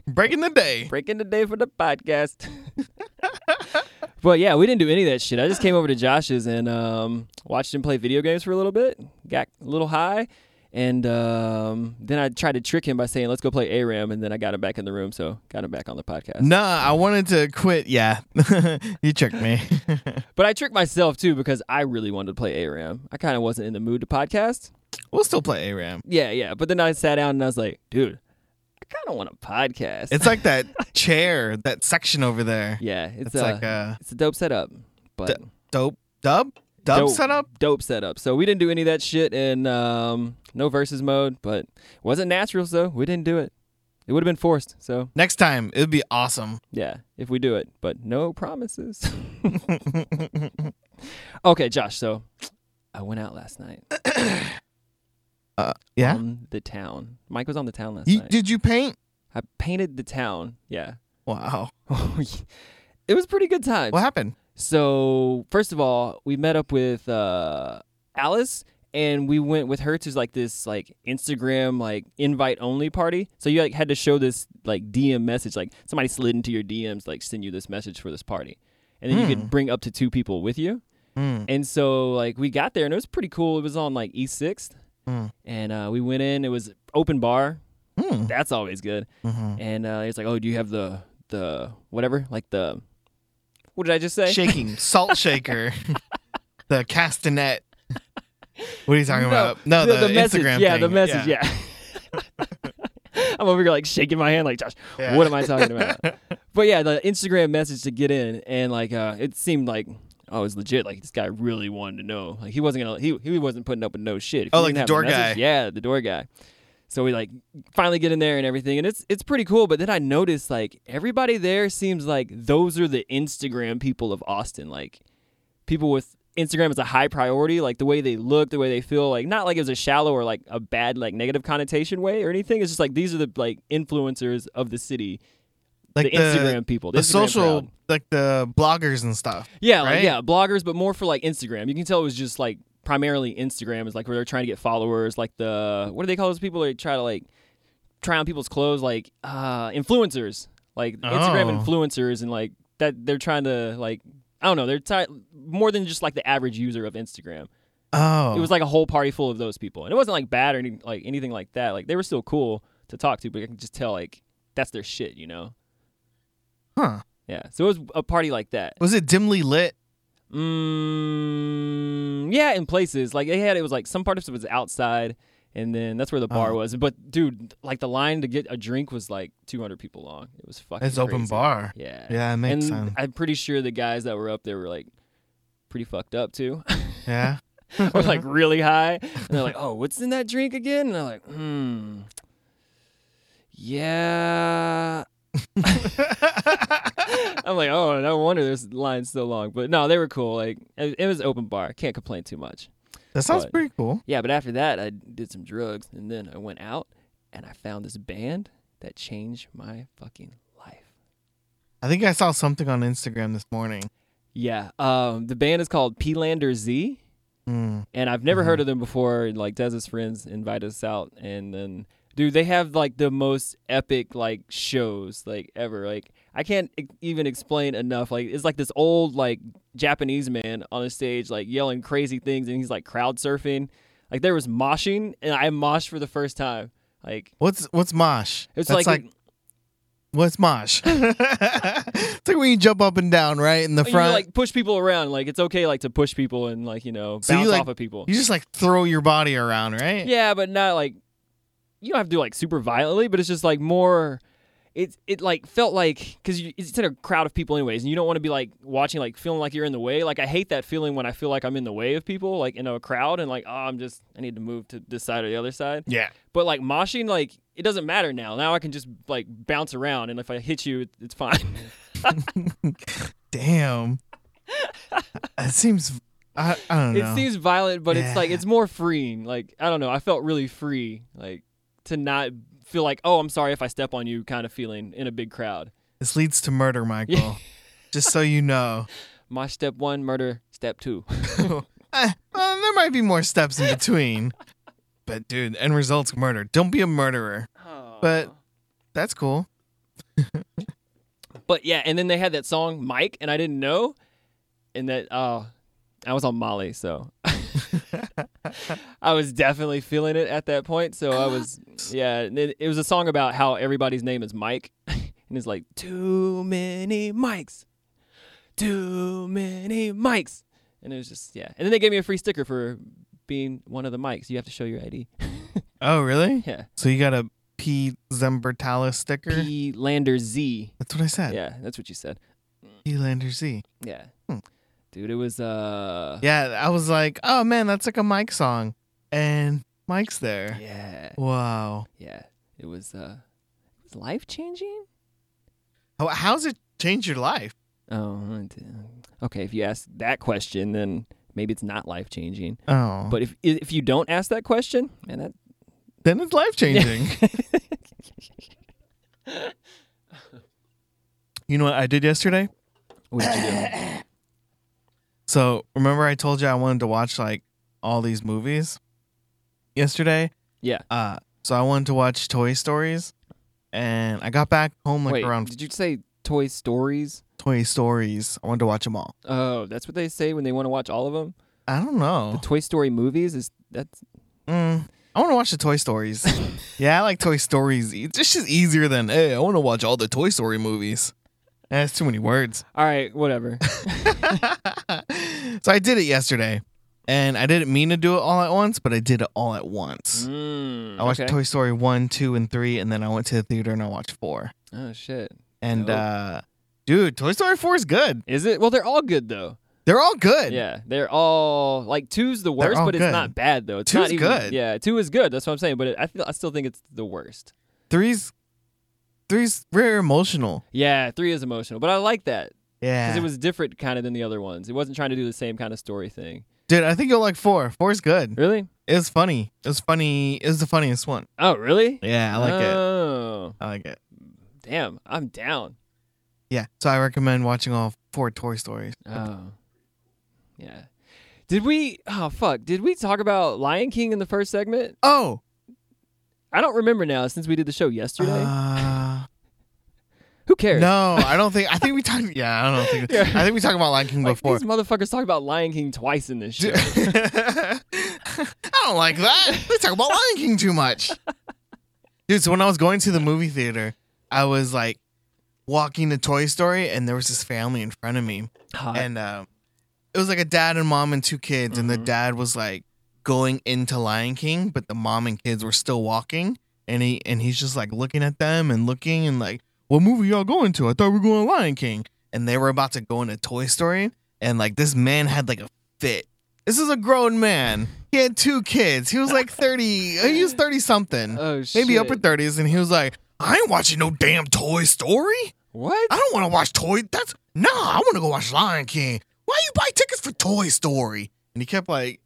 [SPEAKER 2] Breaking the day.
[SPEAKER 1] breaking the day for the podcast. but yeah, we didn't do any of that shit. I just came over to Josh's and um, watched him play video games for a little bit, got a little high, and um, then I tried to trick him by saying, "Let's go play ARAM," and then I got him back in the room, so got him back on the podcast.
[SPEAKER 2] Nah, I wanted to quit. Yeah, you tricked me.
[SPEAKER 1] But I tricked myself too because I really wanted to play ARAM. I kind of wasn't in the mood to podcast.
[SPEAKER 2] we'll still play ARAM.
[SPEAKER 1] Yeah, yeah. But then I sat down and I was like, dude, I kind of want a podcast.
[SPEAKER 2] It's like that chair, that section over there.
[SPEAKER 1] yeah, it's, uh,
[SPEAKER 2] It's
[SPEAKER 1] a
[SPEAKER 2] like a
[SPEAKER 1] it's a dope setup, but
[SPEAKER 2] D- dope dub dub
[SPEAKER 1] Dope.
[SPEAKER 2] setup.
[SPEAKER 1] dope setup. So we didn't do any of that shit in um, no versus mode, but wasn't natural, so we didn't do it. It would have been forced. So
[SPEAKER 2] Next time, it'd be awesome.
[SPEAKER 1] yeah, if we do it, but no promises. okay, Josh. So I went out last night.
[SPEAKER 2] Yeah.
[SPEAKER 1] Uh, on the town. Mike was on the town last
[SPEAKER 2] You,
[SPEAKER 1] night.
[SPEAKER 2] did you paint?
[SPEAKER 1] I painted the town. Yeah.
[SPEAKER 2] Wow.
[SPEAKER 1] it was pretty good time.
[SPEAKER 2] What happened?
[SPEAKER 1] So first of all, we met up with uh, Alice, and we went with her to like this like Instagram like invite only party. So you like had to show this like DM message, like somebody slid into your DMs, like send you this message for this party, and then you
[SPEAKER 2] Hmm.
[SPEAKER 1] could bring up to two people with you.
[SPEAKER 2] Mm,
[SPEAKER 1] And so like we got there, and it was pretty cool. It was on like East Sixth,
[SPEAKER 2] mm,
[SPEAKER 1] and uh, we went in. It was open bar.
[SPEAKER 2] mm,
[SPEAKER 1] That's always good.
[SPEAKER 2] mhm.
[SPEAKER 1] And uh, it's like, oh, do you have the the whatever? Like the what did I just say?
[SPEAKER 2] Shaking salt shaker, the castanet. What are you talking
[SPEAKER 1] No,
[SPEAKER 2] about? No, the,
[SPEAKER 1] message.
[SPEAKER 2] Instagram.
[SPEAKER 1] Yeah, the
[SPEAKER 2] thing.
[SPEAKER 1] message. Yeah. I'm over here like shaking my hand, like Josh.
[SPEAKER 2] Yeah.
[SPEAKER 1] What am I talking about? but yeah, the Instagram message to get in, and like uh, it seemed like oh, it's legit. Like this guy really wanted to know. Like he wasn't gonna he he wasn't putting up with no shit. If
[SPEAKER 2] Oh,
[SPEAKER 1] you
[SPEAKER 2] like
[SPEAKER 1] didn't
[SPEAKER 2] the
[SPEAKER 1] have
[SPEAKER 2] door
[SPEAKER 1] message-
[SPEAKER 2] guy.
[SPEAKER 1] Yeah, the door guy. So we like finally get in there and everything, and it's it's pretty cool. But then I noticed like everybody there seems like those are the Instagram people of Austin. Like people with Instagram is a high priority, like the way they look, the way they feel, like not like it was a shallow or like a bad like negative connotation way or anything. It's just like these are the like influencers of the city,
[SPEAKER 2] Like
[SPEAKER 1] the, Instagram people, the,
[SPEAKER 2] the
[SPEAKER 1] Instagram
[SPEAKER 2] social,
[SPEAKER 1] crowd.
[SPEAKER 2] like the bloggers and stuff.
[SPEAKER 1] yeah, like,
[SPEAKER 2] right?
[SPEAKER 1] yeah, bloggers, but more for like Instagram. You can tell it was just like primarily Instagram is like where they're trying to get followers, like the what do they call those people? They try to like try on people's clothes, like uh influencers, like Instagram
[SPEAKER 2] Oh.
[SPEAKER 1] influencers, and like that they're trying to like I don't know, they're ty- more than just like the average user of Instagram.
[SPEAKER 2] Oh,
[SPEAKER 1] it was like a whole party full of those people, and it wasn't like bad or any, like anything like that. Like they were still cool to talk to, but I can just tell like that's their shit, you know?
[SPEAKER 2] huh?
[SPEAKER 1] Yeah. So it was a party like that.
[SPEAKER 2] Was it dimly lit?
[SPEAKER 1] Mm, yeah, in places like they had it was like some part of it was outside, and then that's where the bar
[SPEAKER 2] Oh.
[SPEAKER 1] was. But dude, like the line to get a drink was like 200 people long. It was fucking.
[SPEAKER 2] It's open
[SPEAKER 1] crazy.
[SPEAKER 2] bar.
[SPEAKER 1] Yeah.
[SPEAKER 2] Yeah, it makes
[SPEAKER 1] and
[SPEAKER 2] sense.
[SPEAKER 1] I'm pretty sure the guys that were up there were like pretty fucked up too.
[SPEAKER 2] Yeah.
[SPEAKER 1] or like really high. And they're like, oh, what's in that drink again? And I'm like, hmm. Yeah. I'm like, oh, no wonder this line's so long. But no, they were cool. Like, it, it was open bar. Can't complain too much.
[SPEAKER 2] that sounds
[SPEAKER 1] But-
[SPEAKER 2] pretty cool.
[SPEAKER 1] Yeah, but after that, I did some drugs and then I went out and I found this band that changed my fucking life.
[SPEAKER 2] I think I saw something on Instagram this morning.
[SPEAKER 1] Yeah. Um, the band is called P Lander Z.
[SPEAKER 2] Mm.
[SPEAKER 1] and I've never
[SPEAKER 2] Mhm.
[SPEAKER 1] heard of them before. and, Like Dez's friends invite us out, and then dude, they have like the most epic like shows like ever. Like I can't e- even explain enough. Like it's like this old like Japanese man on a stage like yelling crazy things, and he's like crowd surfing. Like there was moshing, and I moshed for the first time. Like
[SPEAKER 2] What's what's mosh?
[SPEAKER 1] it's
[SPEAKER 2] That's
[SPEAKER 1] like,
[SPEAKER 2] what's mosh? it's like when you jump up and down, right in the
[SPEAKER 1] you
[SPEAKER 2] front.
[SPEAKER 1] like push people around. Like it's okay like to push people and like you know bounce
[SPEAKER 2] So you, like-
[SPEAKER 1] off of people.
[SPEAKER 2] you just like throw your body around, right?
[SPEAKER 1] Yeah, but not like you don't have to do like super violently, but it's just like more. It it like felt like because it's in a crowd of people anyways, and you don't want to be like watching like feeling like you're in the way. Like I hate that feeling when I feel like I'm in the way of people, like in a crowd, and like oh I'm just I need to move to this side or the other side.
[SPEAKER 2] Yeah.
[SPEAKER 1] But like moshing, like it doesn't matter now. Now I can just like bounce around, and if I hit you, it- it's fine.
[SPEAKER 2] Damn. it seems. I, I don't know.
[SPEAKER 1] it seems violent, but it's like
[SPEAKER 2] Yeah.
[SPEAKER 1] it's more freeing. Like I don't know, I felt really free, like to not feel like oh I'm sorry if I step on you kind of feeling in a big crowd.
[SPEAKER 2] this leads to murder, Michael.
[SPEAKER 1] Yeah.
[SPEAKER 2] Just so you know,
[SPEAKER 1] My step one, murder. Step two.
[SPEAKER 2] Eh, uh, there might be more steps in between. But dude, end results murder. Don't be a murderer. But- That's cool.
[SPEAKER 1] But yeah, and then they had that song Mike, and I didn't know, and that uh, I was on Molly, so I was definitely feeling it at that point. So I was, yeah. and It, it was a song about how everybody's name is Mike, and it's like too many mics, too many mics, and it was just yeah. And then they gave me a free sticker for being one of the mics. You have to show your ID.
[SPEAKER 2] Oh, really?
[SPEAKER 1] Yeah,
[SPEAKER 2] So you got a P. Zembertalis sticker?
[SPEAKER 1] P Lander Z.
[SPEAKER 2] That's what I said.
[SPEAKER 1] Yeah, that's what you said.
[SPEAKER 2] P. Lander Z.
[SPEAKER 1] Yeah,
[SPEAKER 2] Hmm.
[SPEAKER 1] dude, it was uh,
[SPEAKER 2] Yeah, I was like, oh man, that's like a Mike song, and Mike's there.
[SPEAKER 1] yeah,
[SPEAKER 2] Wow.
[SPEAKER 1] yeah. It was uh, it was life changing.
[SPEAKER 2] How, how's it changed your life?
[SPEAKER 1] Oh, I d- okay. If you ask that question, then maybe it's not life changing.
[SPEAKER 2] Oh, but
[SPEAKER 1] But if if you don't ask that question, man, that
[SPEAKER 2] then it's life changing. you know what I did yesterday?
[SPEAKER 1] what did you do?
[SPEAKER 2] So remember I told you I wanted to watch like all these movies yesterday?
[SPEAKER 1] Yeah.
[SPEAKER 2] Uh so I wanted to watch Toy Stories and I got back home like
[SPEAKER 1] Wait,
[SPEAKER 2] around
[SPEAKER 1] did you say Toy Stories?
[SPEAKER 2] Toy Stories. I wanted to watch them all.
[SPEAKER 1] Oh, that's what they say when they want to watch all of them.
[SPEAKER 2] I don't
[SPEAKER 1] The
[SPEAKER 2] know.
[SPEAKER 1] Toy Story movies is that's
[SPEAKER 2] Mm, I want to watch the Toy Stories. yeah, I like Toy Stories. It's just easier than hey, I want to watch all the Toy Story movies. That's too many words.
[SPEAKER 1] all right. Whatever.
[SPEAKER 2] so I did it yesterday, and I didn't mean to do it all at once, but I did it all at once.
[SPEAKER 1] Mm,
[SPEAKER 2] I watched
[SPEAKER 1] okay.
[SPEAKER 2] Toy Story one, two, and three, and then I went to the theater and I watched four.
[SPEAKER 1] Oh shit.
[SPEAKER 2] And
[SPEAKER 1] Dope.
[SPEAKER 2] uh, dude, Toy Story four is good.
[SPEAKER 1] Is it? Well, they're all good though.
[SPEAKER 2] They're all good.
[SPEAKER 1] Yeah, they're all like two's the
[SPEAKER 2] They're
[SPEAKER 1] worst,
[SPEAKER 2] all
[SPEAKER 1] but
[SPEAKER 2] good.
[SPEAKER 1] it's not bad though. It's
[SPEAKER 2] Two's
[SPEAKER 1] not even,
[SPEAKER 2] good.
[SPEAKER 1] Yeah, two is good. That's what I'm saying. But it, I feel, I still think it's the worst.
[SPEAKER 2] Three's three's very emotional.
[SPEAKER 1] Yeah, three is emotional, but I like that
[SPEAKER 2] Yeah,
[SPEAKER 1] because it was different kind of than the other ones. It wasn't trying to do the same kind of story thing.
[SPEAKER 2] dude, I think you'll like four. Four's good.
[SPEAKER 1] Really?
[SPEAKER 2] It was funny. It was funny. It was the funniest one.
[SPEAKER 1] Oh, really?
[SPEAKER 2] Yeah, I like it.
[SPEAKER 1] Oh,
[SPEAKER 2] I like it.
[SPEAKER 1] damn! I'm down.
[SPEAKER 2] Yeah. So I recommend watching all four Toy Stories.
[SPEAKER 1] Oh, yeah. Did we? Oh, fuck! Did we talk about Lion King in the first segment?
[SPEAKER 2] Oh.
[SPEAKER 1] I don't remember now since we did the show yesterday.
[SPEAKER 2] Uh,
[SPEAKER 1] Who cares?
[SPEAKER 2] no, I don't think. I think we talked. Yeah, I don't think.
[SPEAKER 1] Yeah.
[SPEAKER 2] I think we talked about Lion King
[SPEAKER 1] Like,
[SPEAKER 2] before.
[SPEAKER 1] these motherfuckers talk about Lion King twice in this show.
[SPEAKER 2] Dude. I don't like that. They talk about Lion King too much. Dude, so when I was going to the movie theater, I was like walking to Toy Story, and there was this family in front of me.
[SPEAKER 1] Hot.
[SPEAKER 2] And um, it was like a dad and mom and two kids, and the
[SPEAKER 1] Mhm.
[SPEAKER 2] dad was like going into Lion King, but the mom and kids were still walking. And he and he's just like looking at them and looking and like, what movie y'all going to? I thought we were going to Lion King. And they were about to go into Toy Story, and like this man had like a fit. This is a grown man. He had two kids. He was like thirty. he was thirty something,
[SPEAKER 1] oh shit!
[SPEAKER 2] maybe upper thirties, and he was like, I ain't watching no damn Toy Story.
[SPEAKER 1] What?
[SPEAKER 2] I don't want to watch Toy. That's nah. I want to go watch Lion King. Why you buy tickets for Toy Story? And he kept like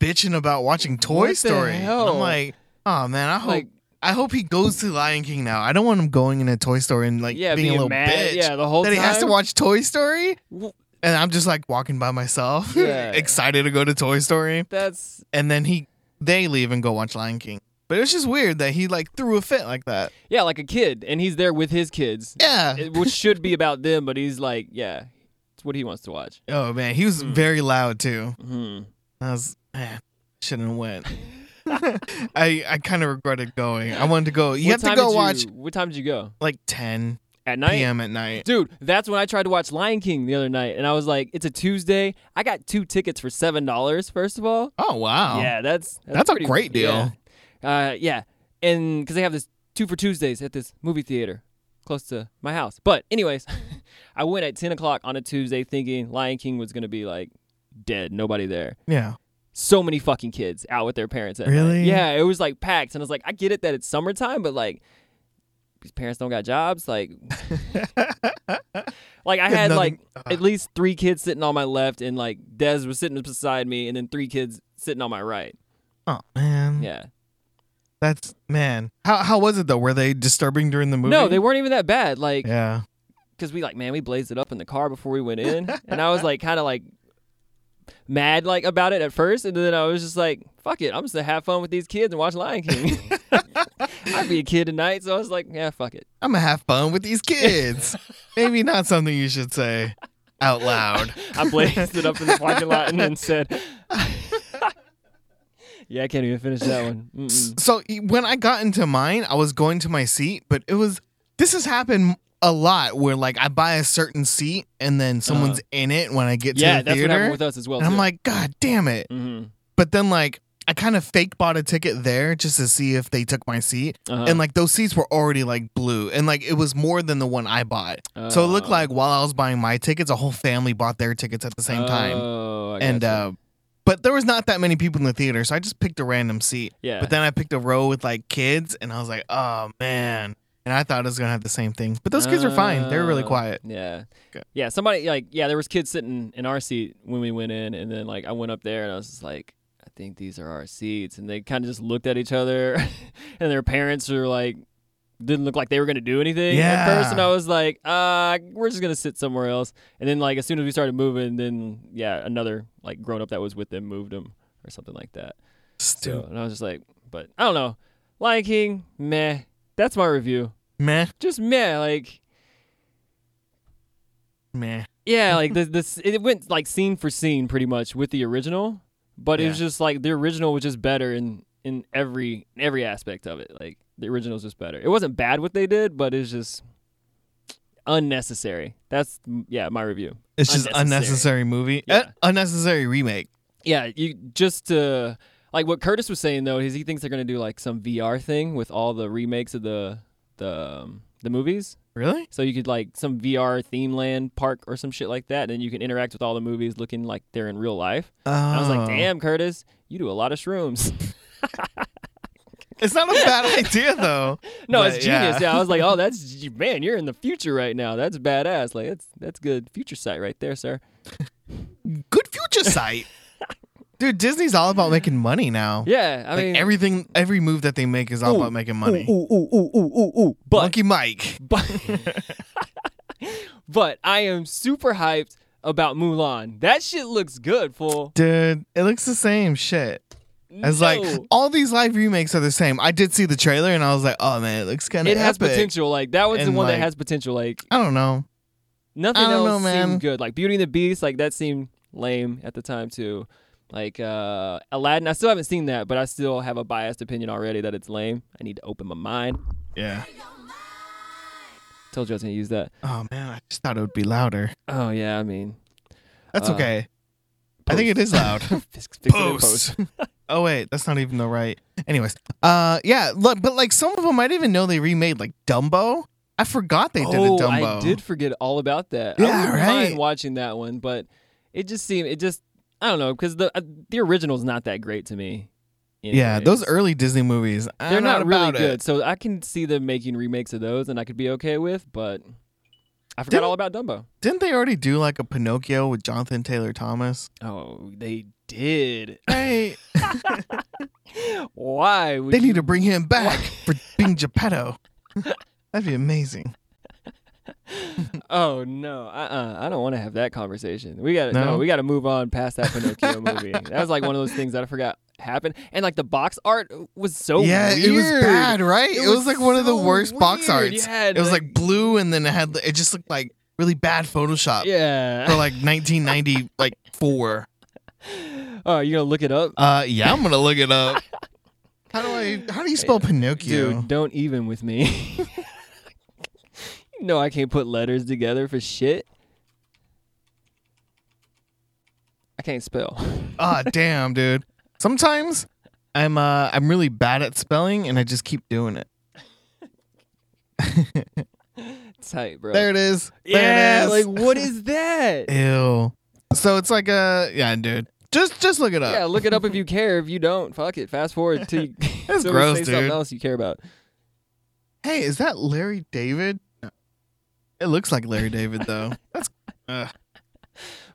[SPEAKER 2] bitching about watching Toy
[SPEAKER 1] What the
[SPEAKER 2] Story. And
[SPEAKER 1] hell?
[SPEAKER 2] I'm like, oh man, I hope
[SPEAKER 1] Like,
[SPEAKER 2] I hope he goes to Lion King now. I don't want him going into Toy Story and like
[SPEAKER 1] yeah,
[SPEAKER 2] being, a little
[SPEAKER 1] mad.
[SPEAKER 2] bitch
[SPEAKER 1] Yeah, the whole
[SPEAKER 2] that he
[SPEAKER 1] time.
[SPEAKER 2] has to watch Toy Story.
[SPEAKER 1] Wh-
[SPEAKER 2] And I'm just like walking by myself,
[SPEAKER 1] Yeah.
[SPEAKER 2] excited to go to Toy Story.
[SPEAKER 1] That's
[SPEAKER 2] And then he they leave and go watch Lion King. But it was just weird that he like threw a fit like that.
[SPEAKER 1] yeah, like a kid, and he's there with his kids,
[SPEAKER 2] Yeah.
[SPEAKER 1] it- which should be about them, but he's like, yeah, it's what he wants to watch.
[SPEAKER 2] oh man, he was
[SPEAKER 1] Mm.
[SPEAKER 2] very loud too.
[SPEAKER 1] Hmm.
[SPEAKER 2] I was man, shouldn't have went. I I kind of regretted going. I wanted to go. You
[SPEAKER 1] What
[SPEAKER 2] have to
[SPEAKER 1] time
[SPEAKER 2] go
[SPEAKER 1] did
[SPEAKER 2] watch
[SPEAKER 1] You, what time did you go?
[SPEAKER 2] like 10
[SPEAKER 1] At night.
[SPEAKER 2] p.m. at night.
[SPEAKER 1] Dude, that's when I tried to watch Lion King the other night, and I was like, "It's a Tuesday. I got two tickets for seven dollars. First of all,
[SPEAKER 2] Oh wow.
[SPEAKER 1] yeah, that's that's,
[SPEAKER 2] That's a
[SPEAKER 1] pretty-
[SPEAKER 2] great deal.
[SPEAKER 1] Yeah, uh, yeah. and because they have this two for Tuesdays at this movie theater close to my house. But anyways, I went at ten o'clock on a Tuesday, thinking Lion King was gonna be like dead, nobody there.
[SPEAKER 2] Yeah.
[SPEAKER 1] So many fucking kids out with their parents. That night.
[SPEAKER 2] Really?
[SPEAKER 1] Yeah, it was like packed, and I was like, I get it that it's summertime, but like. These parents don't got jobs. Like, like I had like
[SPEAKER 2] Nothing- Ugh.
[SPEAKER 1] at least three kids sitting on my left, and like Dez was sitting beside me, and then three kids sitting on my right.
[SPEAKER 2] oh man.
[SPEAKER 1] Yeah.
[SPEAKER 2] That's man. How how was it though? Were they disturbing during the movie?
[SPEAKER 1] No, they weren't even that bad. Like,
[SPEAKER 2] Yeah.
[SPEAKER 1] because we like, man, we blazed it up in the car before we went in, and I was like, kind of like mad like about it at first, and then I was just like, fuck it, I'm just gonna have fun with these kids and watch Lion King. I'd be a kid tonight, so I was like, yeah, fuck it.
[SPEAKER 2] I'm gonna have fun with these kids. Maybe not something you should say out loud.
[SPEAKER 1] I blazed it up in the parking lot and then said, "Yeah, I can't even finish that one." Mm-mm.
[SPEAKER 2] So e- when I got into mine, I was going to my seat, but it was this has happened a lot where like I buy a certain seat and then someone's in it when I get to
[SPEAKER 1] Uh-huh. Yeah,
[SPEAKER 2] the
[SPEAKER 1] that's what
[SPEAKER 2] theater,
[SPEAKER 1] happened with us as well.
[SPEAKER 2] and I'm
[SPEAKER 1] too.
[SPEAKER 2] like, God damn it!
[SPEAKER 1] Mhm.
[SPEAKER 2] But then like I kind of fake bought a ticket there just to see if they took my seat,
[SPEAKER 1] Uh-huh.
[SPEAKER 2] and like those seats were already like blue, and like it was more than the one I bought. So it looked
[SPEAKER 1] Uh,
[SPEAKER 2] like while I was buying my tickets, a whole family bought their tickets at the same time.
[SPEAKER 1] Oh, I
[SPEAKER 2] and
[SPEAKER 1] gotcha.
[SPEAKER 2] uh, but there was not that many people in the theater, so I just picked a random seat.
[SPEAKER 1] yeah,
[SPEAKER 2] But then I picked a row with like kids, and I was like, oh man. And I thought I was gonna have the same thing, but those kids are fine. They were really
[SPEAKER 1] Uh,
[SPEAKER 2] quiet.
[SPEAKER 1] Yeah.
[SPEAKER 2] Okay.
[SPEAKER 1] Yeah. Somebody like yeah, there was kids sitting in our seat when we went in, and then like I went up there and I was just like, I think these are our seats, and they kind of just looked at each other, and their parents were like, didn't look like they were gonna do anything at first,
[SPEAKER 2] Yeah.
[SPEAKER 1] and I was like, uh, we're just gonna sit somewhere else, and then like as soon as we started moving, then yeah, another like grown up that was with them moved them or something like that. So
[SPEAKER 2] Stupid.
[SPEAKER 1] and I was just like, but I don't know, Lion King, meh. That's my review.
[SPEAKER 2] Meh,
[SPEAKER 1] Just meh. Like
[SPEAKER 2] meh.
[SPEAKER 1] Yeah, like the this it went like scene for scene pretty much with the original, but it was
[SPEAKER 2] Yeah.
[SPEAKER 1] just like the original was just better in in every every aspect of it. Like the original was just better. It wasn't bad what they did, but it's just unnecessary. That's yeah, my review.
[SPEAKER 2] It's just
[SPEAKER 1] Unnecessary.
[SPEAKER 2] unnecessary movie,
[SPEAKER 1] Yeah.
[SPEAKER 2] Uh, unnecessary remake.
[SPEAKER 1] Yeah, you just to like what Curtis was saying though is he thinks they're gonna do like some VR thing with all the remakes of the the um, the movies.
[SPEAKER 2] Really?
[SPEAKER 1] So you could like some VR theme land park or some shit like that, and then you can interact with all the movies looking like they're in real life.
[SPEAKER 2] Oh.
[SPEAKER 1] And I was like, damn, Curtis, you do a lot of shrooms.
[SPEAKER 2] It's not a bad idea though.
[SPEAKER 1] no,
[SPEAKER 2] But,
[SPEAKER 1] it's genius. Yeah.
[SPEAKER 2] yeah.
[SPEAKER 1] I was like, oh, that's man, you're in the future right now. That's badass. Like that's that's good future sight right there, sir.
[SPEAKER 2] Good future sight. Dude, Disney's all about making money now.
[SPEAKER 1] Yeah, I
[SPEAKER 2] like
[SPEAKER 1] mean
[SPEAKER 2] everything, every move that they make is all
[SPEAKER 1] Ooh,
[SPEAKER 2] about making money.
[SPEAKER 1] Ooh, ooh, ooh, ooh, ooh, ooh. But
[SPEAKER 2] Monkey Mike.
[SPEAKER 1] but but I am super hyped about Mulan. That shit looks good, fool.
[SPEAKER 2] Dude, it looks the same shit. It's like
[SPEAKER 1] No.
[SPEAKER 2] all these live remakes are the same. I did see the trailer and I was like, oh man, it looks kind of
[SPEAKER 1] it has
[SPEAKER 2] epic.
[SPEAKER 1] potential. Like that one's the
[SPEAKER 2] And,
[SPEAKER 1] one that
[SPEAKER 2] like-
[SPEAKER 1] has potential. Like
[SPEAKER 2] I don't know.
[SPEAKER 1] Nothing
[SPEAKER 2] I don't know,
[SPEAKER 1] else
[SPEAKER 2] man.
[SPEAKER 1] seemed good. Like Beauty and the Beast, like that seemed lame at the time too. Like uh Aladdin, I still haven't seen that, but I still have a biased opinion already that it's lame. I need to open my mind.
[SPEAKER 2] Yeah.
[SPEAKER 1] Told you I was gonna use that.
[SPEAKER 2] Oh man, I just thought it would be louder.
[SPEAKER 1] Oh yeah, I mean,
[SPEAKER 2] That's
[SPEAKER 1] Uh,
[SPEAKER 2] okay. I think it is loud.
[SPEAKER 1] fix, fix it in post.
[SPEAKER 2] oh wait, that's not even the right. Anyways, uh, yeah, look, but like some of them I didn't even know they remade like Dumbo. I forgot they did
[SPEAKER 1] oh,
[SPEAKER 2] a Dumbo.
[SPEAKER 1] I did forget all about that. I
[SPEAKER 2] Yeah,
[SPEAKER 1] wouldn't mind
[SPEAKER 2] right.
[SPEAKER 1] watching that one, but it just seemed it just I don't know because the uh, the original's not that great to me.
[SPEAKER 2] Yeah,
[SPEAKER 1] anyways.
[SPEAKER 2] those early Disney movies. I'm
[SPEAKER 1] They're not, really
[SPEAKER 2] about
[SPEAKER 1] good,
[SPEAKER 2] It.
[SPEAKER 1] so I can see them making remakes of those, and I could be okay with. But I forgot
[SPEAKER 2] Didn't-
[SPEAKER 1] all about Dumbo.
[SPEAKER 2] Didn't they already do like a Pinocchio with Jonathan Taylor Thomas?
[SPEAKER 1] Oh, they did.
[SPEAKER 2] Hey,
[SPEAKER 1] Why? Would
[SPEAKER 2] they
[SPEAKER 1] you-
[SPEAKER 2] need to bring him back for being Geppetto. That'd be amazing.
[SPEAKER 1] Oh no, uh-uh. I don't want to have that conversation. We got to no?
[SPEAKER 2] No?
[SPEAKER 1] we got to move on past that Pinocchio movie. That was like one of those things that I forgot happened, and like the box art was so
[SPEAKER 2] yeah,
[SPEAKER 1] weird.
[SPEAKER 2] it was bad, right?
[SPEAKER 1] It
[SPEAKER 2] It,
[SPEAKER 1] was
[SPEAKER 2] was, like one of the
[SPEAKER 1] so
[SPEAKER 2] worst box
[SPEAKER 1] weird.
[SPEAKER 2] arts.
[SPEAKER 1] Yeah,
[SPEAKER 2] it was
[SPEAKER 1] like-
[SPEAKER 2] like blue, and then it had it just looked like really bad Photoshop for
[SPEAKER 1] Yeah.
[SPEAKER 2] like 1990, like four.
[SPEAKER 1] Oh, you gonna look it up,
[SPEAKER 2] Uh, yeah, I'm gonna look it up. uh, how do I? How do you spell Pinocchio?
[SPEAKER 1] dude? Don't even with me. you know I can't put letters together for shit. I can't spell.
[SPEAKER 2] Ah, damn, dude. Sometimes I'm uh I'm really bad at spelling, and I just keep doing it.
[SPEAKER 1] Tight, bro.
[SPEAKER 2] There it is. There
[SPEAKER 1] yeah,
[SPEAKER 2] it is.
[SPEAKER 1] like what is that?
[SPEAKER 2] Ew. So it's like a yeah, dude. Just just look it up.
[SPEAKER 1] Yeah, look it up if you care. If you don't, fuck it. Fast forward till you
[SPEAKER 2] That's
[SPEAKER 1] till we
[SPEAKER 2] gross,
[SPEAKER 1] say something
[SPEAKER 2] dude.
[SPEAKER 1] else you care about.
[SPEAKER 2] Hey, is that Larry David? No. It looks like Larry David though. That's uh,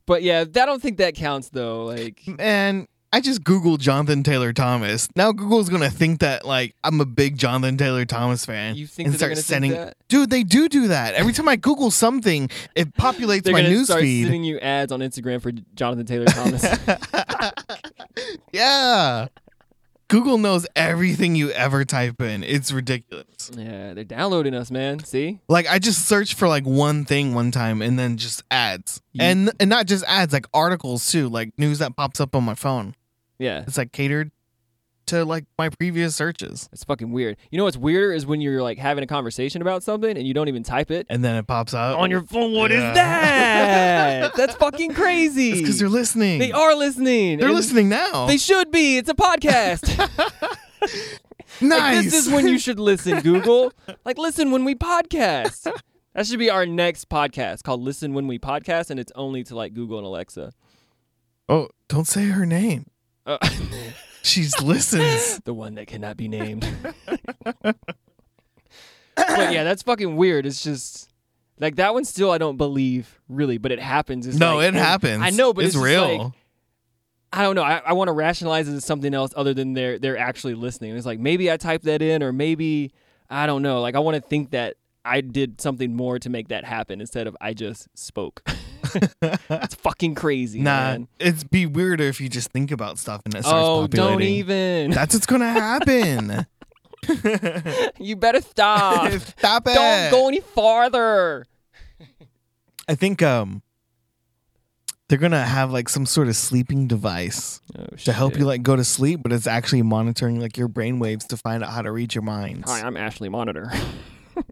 [SPEAKER 1] But yeah, I don't think that counts though. Like,
[SPEAKER 2] man. I just Googled Jonathan Taylor Thomas. Now Google's gonna think that like I'm a big Jonathan Taylor Thomas fan.
[SPEAKER 1] you think
[SPEAKER 2] and
[SPEAKER 1] that they're
[SPEAKER 2] start
[SPEAKER 1] gonna
[SPEAKER 2] sending
[SPEAKER 1] think that?
[SPEAKER 2] Dude, they do do that. Every time I Google something, it populates
[SPEAKER 1] They're
[SPEAKER 2] my
[SPEAKER 1] gonna
[SPEAKER 2] news
[SPEAKER 1] start
[SPEAKER 2] feed.
[SPEAKER 1] sending you ads on Instagram for Jonathan Taylor Thomas.
[SPEAKER 2] yeah. Google knows everything you ever type in. It's ridiculous.
[SPEAKER 1] Yeah, they're downloading us, man. See?
[SPEAKER 2] Like I just searched for like one thing one time and then just ads.
[SPEAKER 1] You-
[SPEAKER 2] And and not just ads, like articles too, like news that pops up on my phone.
[SPEAKER 1] Yeah,
[SPEAKER 2] It's like catered to like my previous searches.
[SPEAKER 1] it's fucking weird. You know what's weirder is when you're like having a conversation about something and you don't even type it
[SPEAKER 2] And then it pops out.
[SPEAKER 1] on your phone. What is
[SPEAKER 2] Yeah.
[SPEAKER 1] that? That's fucking crazy.
[SPEAKER 2] it's because they're listening.
[SPEAKER 1] They are listening.
[SPEAKER 2] They're
[SPEAKER 1] and
[SPEAKER 2] listening now.
[SPEAKER 1] They should be. It's a podcast.
[SPEAKER 2] nice.
[SPEAKER 1] Like, this is when you should listen, Google. like, listen when we podcast. That should be our next podcast called Listen When We Podcast, and it's only to like Google and Alexa.
[SPEAKER 2] Oh, don't say her name.
[SPEAKER 1] Uh,
[SPEAKER 2] She's listens.
[SPEAKER 1] the one that cannot be named. but yeah, that's fucking weird. It's just like that one still I don't believe really, but it happens. It's
[SPEAKER 2] no,
[SPEAKER 1] like-
[SPEAKER 2] it happens.
[SPEAKER 1] I know, but
[SPEAKER 2] it's,
[SPEAKER 1] it's just
[SPEAKER 2] real.
[SPEAKER 1] like- I don't know. I, I want to rationalize it as something else other than they're they're actually listening. It's like maybe I typed that in, or maybe I don't know. Like I want to think that I did something more to make that happen instead of I just spoke. it's fucking crazy,
[SPEAKER 2] nah,
[SPEAKER 1] man.
[SPEAKER 2] it'd be weirder if you just think about stuff and it starts
[SPEAKER 1] Oh,
[SPEAKER 2] populating.
[SPEAKER 1] don't even.
[SPEAKER 2] That's what's gonna happen.
[SPEAKER 1] you better stop.
[SPEAKER 2] Stop it.
[SPEAKER 1] don't go any farther.
[SPEAKER 2] I think um, they're gonna have like some sort of sleeping device
[SPEAKER 1] Oh,
[SPEAKER 2] to help you like go to sleep, but it's actually monitoring like your brain waves to find out how to read your minds.
[SPEAKER 1] Hi, I'm Ashley Monitor.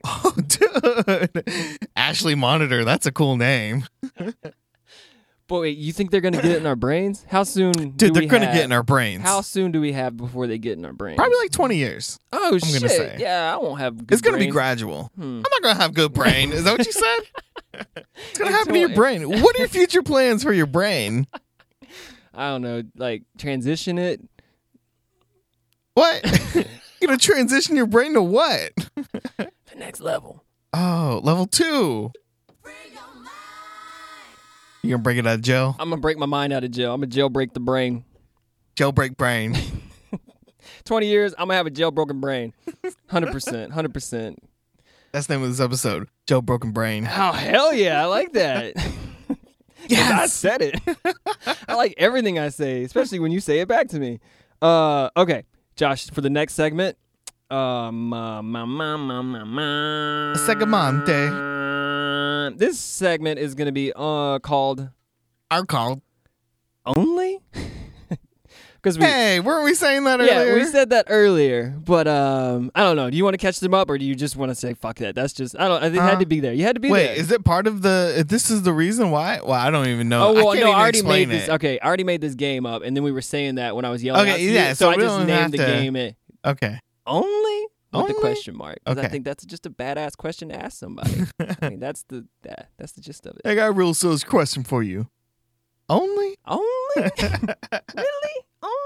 [SPEAKER 2] Oh, dude, Ashley Monitor. That's a cool name,
[SPEAKER 1] Boy, wait, you think they're gonna get it in our brains? How soon, do
[SPEAKER 2] dude. They're
[SPEAKER 1] we
[SPEAKER 2] gonna
[SPEAKER 1] have-
[SPEAKER 2] get in our brains.
[SPEAKER 1] How soon do we have before they get in our brains?
[SPEAKER 2] Probably like twenty years.
[SPEAKER 1] Oh shit!
[SPEAKER 2] gonna say.
[SPEAKER 1] Yeah, I won't have. Good
[SPEAKER 2] it's gonna be
[SPEAKER 1] brains.
[SPEAKER 2] gradual.
[SPEAKER 1] Hmm.
[SPEAKER 2] I'm not gonna have good brain. Is that what you said? it's gonna
[SPEAKER 1] It's
[SPEAKER 2] happen to your
[SPEAKER 1] all-
[SPEAKER 2] brain. What are your future plans for your brain?
[SPEAKER 1] I don't know, like transition it.
[SPEAKER 2] What? You're gonna transition your brain to what?
[SPEAKER 1] The next level.
[SPEAKER 2] Oh, level two. You gonna break it out of jail?
[SPEAKER 1] I'm gonna break my mind out of jail. I'm gonna jailbreak the brain.
[SPEAKER 2] Jailbreak brain.
[SPEAKER 1] 20 years, I'm gonna have a jailbroken brain. 100%. 100%.
[SPEAKER 2] That's the name of this episode. Jailbroken brain.
[SPEAKER 1] Oh, hell yeah. I like that. 'Cause I
[SPEAKER 2] Yes.
[SPEAKER 1] said it. I like everything I say, especially when you say it back to me. Uh, okay, Josh, for the next segment. Um, uh, ma, ma, ma, ma, ma.
[SPEAKER 2] Segmente.
[SPEAKER 1] This segment is gonna be uh called
[SPEAKER 2] Our call.
[SPEAKER 1] Only? Because we
[SPEAKER 2] Hey, weren't we saying that
[SPEAKER 1] Yeah,
[SPEAKER 2] earlier?
[SPEAKER 1] we said that earlier, but um, I don't know. Do you want to catch them up, or do you just want to say fuck that? That's just I don't. It
[SPEAKER 2] Huh?
[SPEAKER 1] had to be there. You had to be
[SPEAKER 2] Uh, Wait,
[SPEAKER 1] there.
[SPEAKER 2] is it part of the? if This is the reason why? Well, I don't even know.
[SPEAKER 1] oh well,
[SPEAKER 2] I
[SPEAKER 1] no,
[SPEAKER 2] can't even
[SPEAKER 1] I already
[SPEAKER 2] explain
[SPEAKER 1] made
[SPEAKER 2] it.
[SPEAKER 1] this. Okay, I already made this game up, and then we were saying that when I was yelling.
[SPEAKER 2] Okay,
[SPEAKER 1] out to you,
[SPEAKER 2] yeah, so
[SPEAKER 1] I
[SPEAKER 2] we
[SPEAKER 1] just
[SPEAKER 2] don't have
[SPEAKER 1] named the
[SPEAKER 2] to-
[SPEAKER 1] game it
[SPEAKER 2] Okay.
[SPEAKER 1] only with
[SPEAKER 2] Only?
[SPEAKER 1] the question mark. 'cause I
[SPEAKER 2] Okay.
[SPEAKER 1] think that's just a badass question to ask somebody. I mean, that's the that, that's the gist of it.
[SPEAKER 2] I got a real serious question for you. Only?
[SPEAKER 1] Only really only.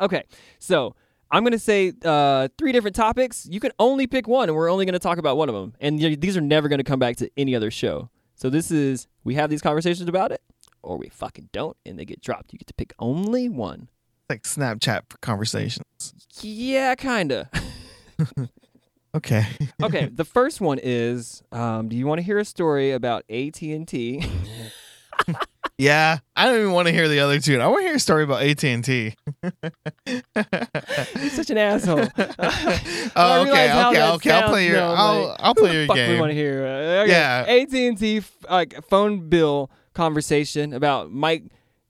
[SPEAKER 1] Okay, so I'm gonna say uh, three different topics. You can only pick one, and we're only gonna talk about one of them. And y- these are never gonna come back to any other show. So this is we have these conversations about it, or we fucking don't, and they get dropped. You get to pick only one.
[SPEAKER 2] like Snapchat for conversations.
[SPEAKER 1] Yeah, kinda.
[SPEAKER 2] Okay.
[SPEAKER 1] okay, the first one is: um, Do you want to hear a story about AT and T?
[SPEAKER 2] Yeah, I don't even want to hear the other two. I want to hear a story about AT and T.
[SPEAKER 1] You're such an asshole.
[SPEAKER 2] Oh,
[SPEAKER 1] I realize
[SPEAKER 2] okay,
[SPEAKER 1] how
[SPEAKER 2] okay,
[SPEAKER 1] that
[SPEAKER 2] okay. I'll play
[SPEAKER 1] sounds
[SPEAKER 2] your.
[SPEAKER 1] now,
[SPEAKER 2] I'll,
[SPEAKER 1] like,
[SPEAKER 2] I'll play your
[SPEAKER 1] fuck we want
[SPEAKER 2] game.
[SPEAKER 1] to hear. Uh, okay.
[SPEAKER 2] Yeah.
[SPEAKER 1] AT&T f- like phone bill conversation about Mike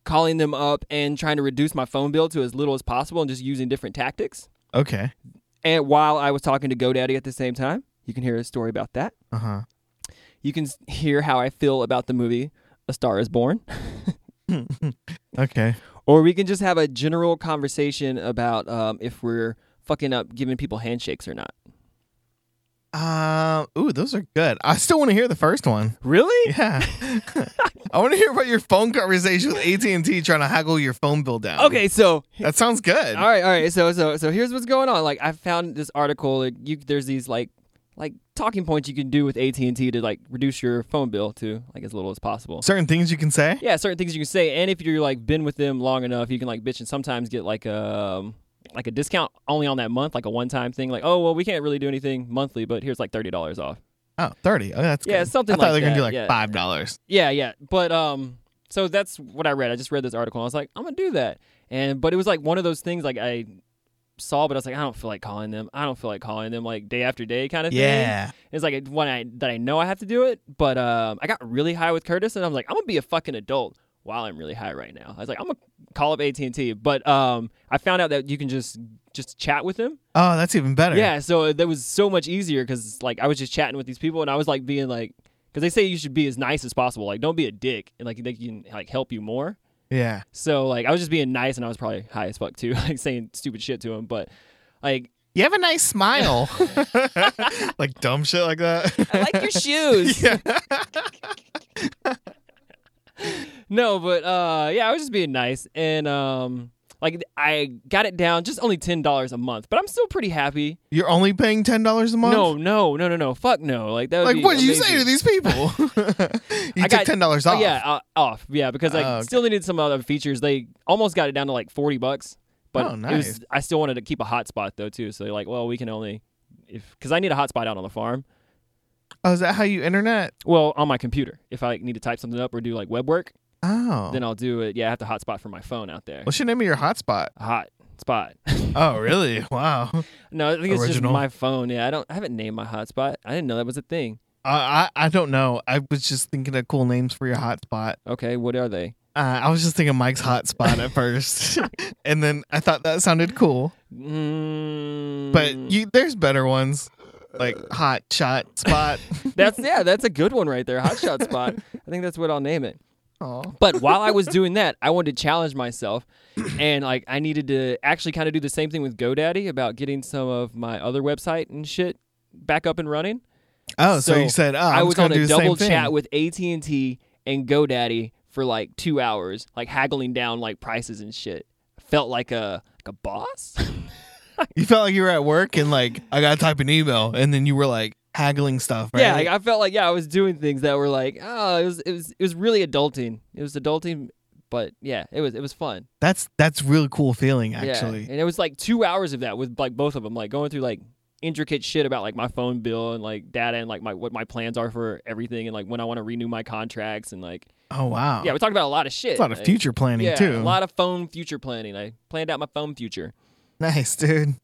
[SPEAKER 1] calling them up and trying to reduce my phone bill to as little as possible and just using different tactics.
[SPEAKER 2] Okay.
[SPEAKER 1] And while I was talking to GoDaddy at the same time, you can hear a story about that.
[SPEAKER 2] Uh huh.
[SPEAKER 1] You can s- hear how I feel about the movie A Star Is Born.
[SPEAKER 2] Okay.
[SPEAKER 1] Or we can just have a general conversation about um, if we're fucking up giving people handshakes or not.
[SPEAKER 2] Um. Ooh, those are good. I still want to hear the first one.
[SPEAKER 1] Really?
[SPEAKER 2] Yeah. I want to hear about your phone conversation with AT and T trying to haggle your phone bill down.
[SPEAKER 1] Okay, so
[SPEAKER 2] That sounds good.
[SPEAKER 1] all right all right so so so here's what's going on like i found this article like you there's these like like talking points you can do with at&t to like reduce your phone bill to like as little as possible
[SPEAKER 2] Certain things you can say.
[SPEAKER 1] yeah certain things you can say and if you're like been with them long enough you can like bitch and sometimes get like um like a discount only on that month like a one-time thing like oh well we can't really do anything monthly but here's like $30 off
[SPEAKER 2] Oh, 30. Oh, that's
[SPEAKER 1] Yeah,
[SPEAKER 2] good.
[SPEAKER 1] something
[SPEAKER 2] I thought
[SPEAKER 1] like
[SPEAKER 2] they were
[SPEAKER 1] that,
[SPEAKER 2] gonna do
[SPEAKER 1] yeah.
[SPEAKER 2] like five dollars.
[SPEAKER 1] yeah yeah but um so that's what i read i just read this article and i was like i'm gonna do that And but it was like one of those things like I saw, but I was like, I don't feel like calling them. I don't feel like calling them like day after day kind of thing.
[SPEAKER 2] Yeah.
[SPEAKER 1] It's like when I that I know I have to do it, but um, I got really high with Curtis, and I'm like, I'm gonna be a fucking adult while I'm really high right now. I was like, I'm gonna call up AT and T, but um, I found out that you can just just chat with them.
[SPEAKER 2] Oh, that's even better.
[SPEAKER 1] Yeah, so that was so much easier because like I was just chatting with these people, and I was like being like, because they say you should be as nice as possible, like don't be a dick, and like they can like help you more.
[SPEAKER 2] Yeah.
[SPEAKER 1] So like I was just being nice, and I was probably high as fuck too, like saying stupid shit to him, but like
[SPEAKER 2] You have a nice smile. like dumb shit like that.
[SPEAKER 1] I like your shoes.
[SPEAKER 2] yeah.
[SPEAKER 1] No, but uh, yeah, I was just being nice, and um, like I got it down just only ten dollars a month, but I'm still pretty happy.
[SPEAKER 2] You're only paying ten dollars a month.
[SPEAKER 1] No, no, no, no, no, fuck no! Like that. Would
[SPEAKER 2] Like
[SPEAKER 1] be
[SPEAKER 2] what did you say
[SPEAKER 1] amazing.
[SPEAKER 2] to these people? you
[SPEAKER 1] I
[SPEAKER 2] took
[SPEAKER 1] got-
[SPEAKER 2] ten dollars off.
[SPEAKER 1] Oh, yeah, uh, off. Yeah, because I
[SPEAKER 2] Oh, okay.
[SPEAKER 1] still needed some other features. They almost got it down to like forty bucks, but
[SPEAKER 2] Oh,
[SPEAKER 1] it
[SPEAKER 2] nice.
[SPEAKER 1] was, I still wanted to keep a hotspot though too. So they're like, well, we can only if because I need a hotspot out on the farm.
[SPEAKER 2] Oh, is that how you internet?
[SPEAKER 1] Well, on my computer, if I need to type something up or do like web work,
[SPEAKER 2] Oh.
[SPEAKER 1] then I'll do it. Yeah, I have to hotspot from my phone out there.
[SPEAKER 2] What's your name of your hotspot?
[SPEAKER 1] Hot spot.
[SPEAKER 2] Oh, really? Wow.
[SPEAKER 1] No, I think it's just
[SPEAKER 2] Original?
[SPEAKER 1] my phone. Yeah, I don't. I haven't named my hotspot. I didn't know that was a thing.
[SPEAKER 2] I, I I don't know. I was just thinking of cool names for your hotspot.
[SPEAKER 1] Okay, what are they?
[SPEAKER 2] Uh, I was just thinking Mike's hotspot at first, and then I thought that sounded cool.
[SPEAKER 1] Mm,
[SPEAKER 2] But you, there's better ones, like hot shot spot.
[SPEAKER 1] that's yeah, that's a good one right there. Hotshot spot. I think that's what I'll name it.
[SPEAKER 2] Aw.
[SPEAKER 1] But while I was doing that, I wanted to challenge myself, and like I needed to actually kind of do the same thing with GoDaddy about getting some of my other website and shit back up and running.
[SPEAKER 2] Oh, so,
[SPEAKER 1] So,
[SPEAKER 2] you said oh,
[SPEAKER 1] I
[SPEAKER 2] I'm
[SPEAKER 1] was
[SPEAKER 2] just gonna
[SPEAKER 1] on
[SPEAKER 2] do
[SPEAKER 1] a
[SPEAKER 2] the same
[SPEAKER 1] double
[SPEAKER 2] thing.
[SPEAKER 1] chat with AT and T and GoDaddy for like two hours, like haggling down like prices and shit. Felt like a like a boss.
[SPEAKER 2] You felt like you were at work and like I gotta type an email, and then you were like haggling stuff. Right?
[SPEAKER 1] Yeah, like, I felt like yeah, I was doing things that were like, oh, it was it was it was really adulting. It was adulting, but yeah, it was it was fun.
[SPEAKER 2] that's that's really cool feeling actually.
[SPEAKER 1] yeah. and it was like two hours of that with like both of them, like going through like intricate shit about like my phone bill and like data and like my what my plans are for everything and like when I want to renew my contracts and like
[SPEAKER 2] Oh wow,
[SPEAKER 1] yeah, we talked about a lot of shit,
[SPEAKER 2] That's a lot of
[SPEAKER 1] like,
[SPEAKER 2] future planning
[SPEAKER 1] yeah,
[SPEAKER 2] too.
[SPEAKER 1] a lot of phone future planning. I planned out my phone future.
[SPEAKER 2] nice dude.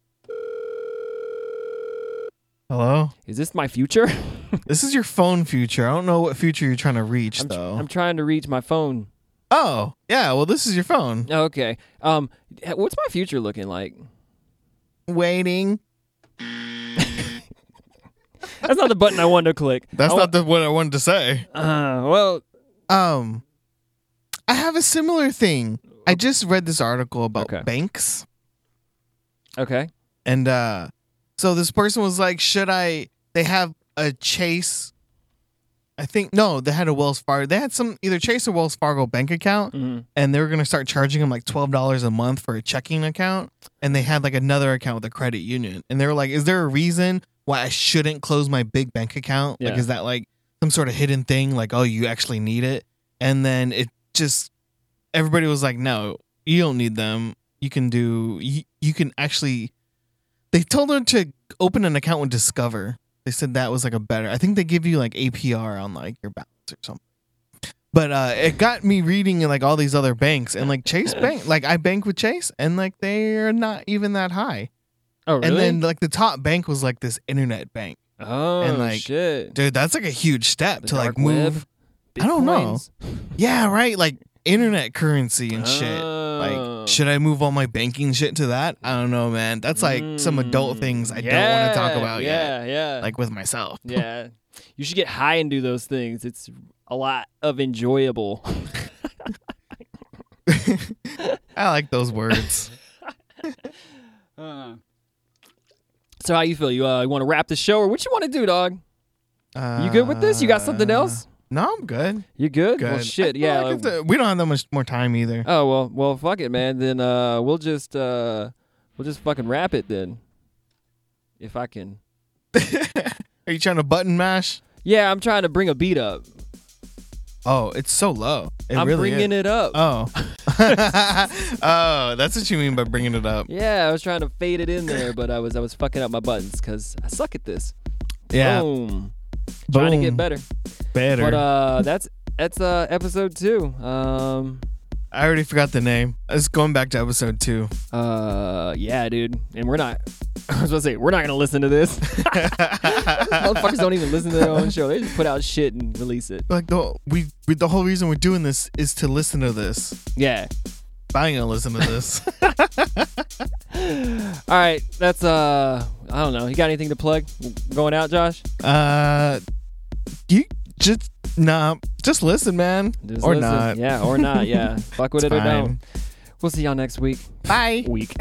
[SPEAKER 2] Hello,
[SPEAKER 1] Is this my future?
[SPEAKER 2] this is your phone future. I don't know what future you're trying to reach
[SPEAKER 1] I'm, tr-
[SPEAKER 2] though.
[SPEAKER 1] I'm trying to reach my phone.
[SPEAKER 2] Oh, yeah. Well, this is your phone.
[SPEAKER 1] Okay, um, what's my future looking like?
[SPEAKER 2] Waiting.
[SPEAKER 1] That's not the button I wanted to click.
[SPEAKER 2] That's
[SPEAKER 1] I wa-
[SPEAKER 2] not the what I wanted to say.
[SPEAKER 1] Uh, well,
[SPEAKER 2] Um, I have a similar thing. I just read this article about
[SPEAKER 1] Okay.
[SPEAKER 2] banks,
[SPEAKER 1] okay.
[SPEAKER 2] and uh, so this person was like, "Should I?" They have a Chase. I think no, they had a Wells Fargo. They had some either Chase or Wells Fargo bank account,
[SPEAKER 1] Mhm.
[SPEAKER 2] and they were gonna start charging them like twelve dollars a month for a checking account, and they had like another account with a credit union, and they were like, "Is there a reason why I shouldn't close my big bank account? Like,
[SPEAKER 1] Yeah.
[SPEAKER 2] is that like some sort of hidden thing? Like, oh, you actually need it?" And then it just everybody was like, "No, you don't need them. You can do you, you can actually." They told her to open an account with Discover. They said that was like a better. I think they give you like APR on like your balance or something. But uh, it got me reading like all these other banks and like Chase Bank. Like I bank with Chase and like they're not even that high.
[SPEAKER 1] Oh, really?
[SPEAKER 2] And then like the top bank was like this internet bank.
[SPEAKER 1] oh,
[SPEAKER 2] and, like,
[SPEAKER 1] shit.
[SPEAKER 2] Dude, that's like a huge step
[SPEAKER 1] The
[SPEAKER 2] to like
[SPEAKER 1] dark web,
[SPEAKER 2] move. I don't know.
[SPEAKER 1] Bitcoins.
[SPEAKER 2] Yeah, right. Like internet currency and shit.
[SPEAKER 1] Oh.
[SPEAKER 2] Like, should I move all my banking shit to that? I don't know, man. That's like some adult
[SPEAKER 1] Mm.
[SPEAKER 2] things I
[SPEAKER 1] Yeah,
[SPEAKER 2] don't want to talk about yet.
[SPEAKER 1] Yeah, yeah,
[SPEAKER 2] Like with myself.
[SPEAKER 1] yeah. You should get high and do those things. It's a lot of enjoyable.
[SPEAKER 2] I like those words.
[SPEAKER 1] So how you feel? You uh, you want to wrap the show, or what you want to do, dog?
[SPEAKER 2] Uh,
[SPEAKER 1] You good with this? You got something else?
[SPEAKER 2] No, I'm good.
[SPEAKER 1] You good?
[SPEAKER 2] Uh. Good.
[SPEAKER 1] Well, shit.
[SPEAKER 2] I
[SPEAKER 1] Yeah.
[SPEAKER 2] feel like
[SPEAKER 1] like-
[SPEAKER 2] it's a- we don't have that much more time either.
[SPEAKER 1] oh well, well, fuck it, man. Then uh, we'll just uh, we'll just fucking wrap it then, if I can.
[SPEAKER 2] Are you trying to button mash?
[SPEAKER 1] Yeah, I'm trying to bring a beat up.
[SPEAKER 2] Oh, it's so low. It
[SPEAKER 1] I'm
[SPEAKER 2] really
[SPEAKER 1] bringing
[SPEAKER 2] is.
[SPEAKER 1] it up.
[SPEAKER 2] Oh. oh, that's what you mean by bringing it up.
[SPEAKER 1] yeah, I was trying to fade it in there, but I was I was fucking up my buttons because I suck at this.
[SPEAKER 2] Yeah.
[SPEAKER 1] Boom. oh, Trying to
[SPEAKER 2] Boom.
[SPEAKER 1] get better.
[SPEAKER 2] Better.
[SPEAKER 1] But uh, that's that's uh episode two. uh, Um,
[SPEAKER 2] I already forgot the name. It's going back to episode two.
[SPEAKER 1] Uh, yeah, dude. And we're not. I was about to say we're not gonna listen to this. Motherfuckers don't even listen to their own show. They just put out shit and release it.
[SPEAKER 2] Like the we, we the whole reason we're doing this is to listen to this.
[SPEAKER 1] Yeah.
[SPEAKER 2] But I ain't gonna listen to this.
[SPEAKER 1] All right. That's uh. I don't know. You got anything to plug? Going out, Josh?
[SPEAKER 2] uh, you just nah, just listen, man,
[SPEAKER 1] Just
[SPEAKER 2] or
[SPEAKER 1] listen.
[SPEAKER 2] not.
[SPEAKER 1] Yeah, or not. Yeah. Fuck with
[SPEAKER 2] It's
[SPEAKER 1] it or
[SPEAKER 2] fine.
[SPEAKER 1] don't. We'll see y'all next week.
[SPEAKER 2] Bye.
[SPEAKER 1] Week.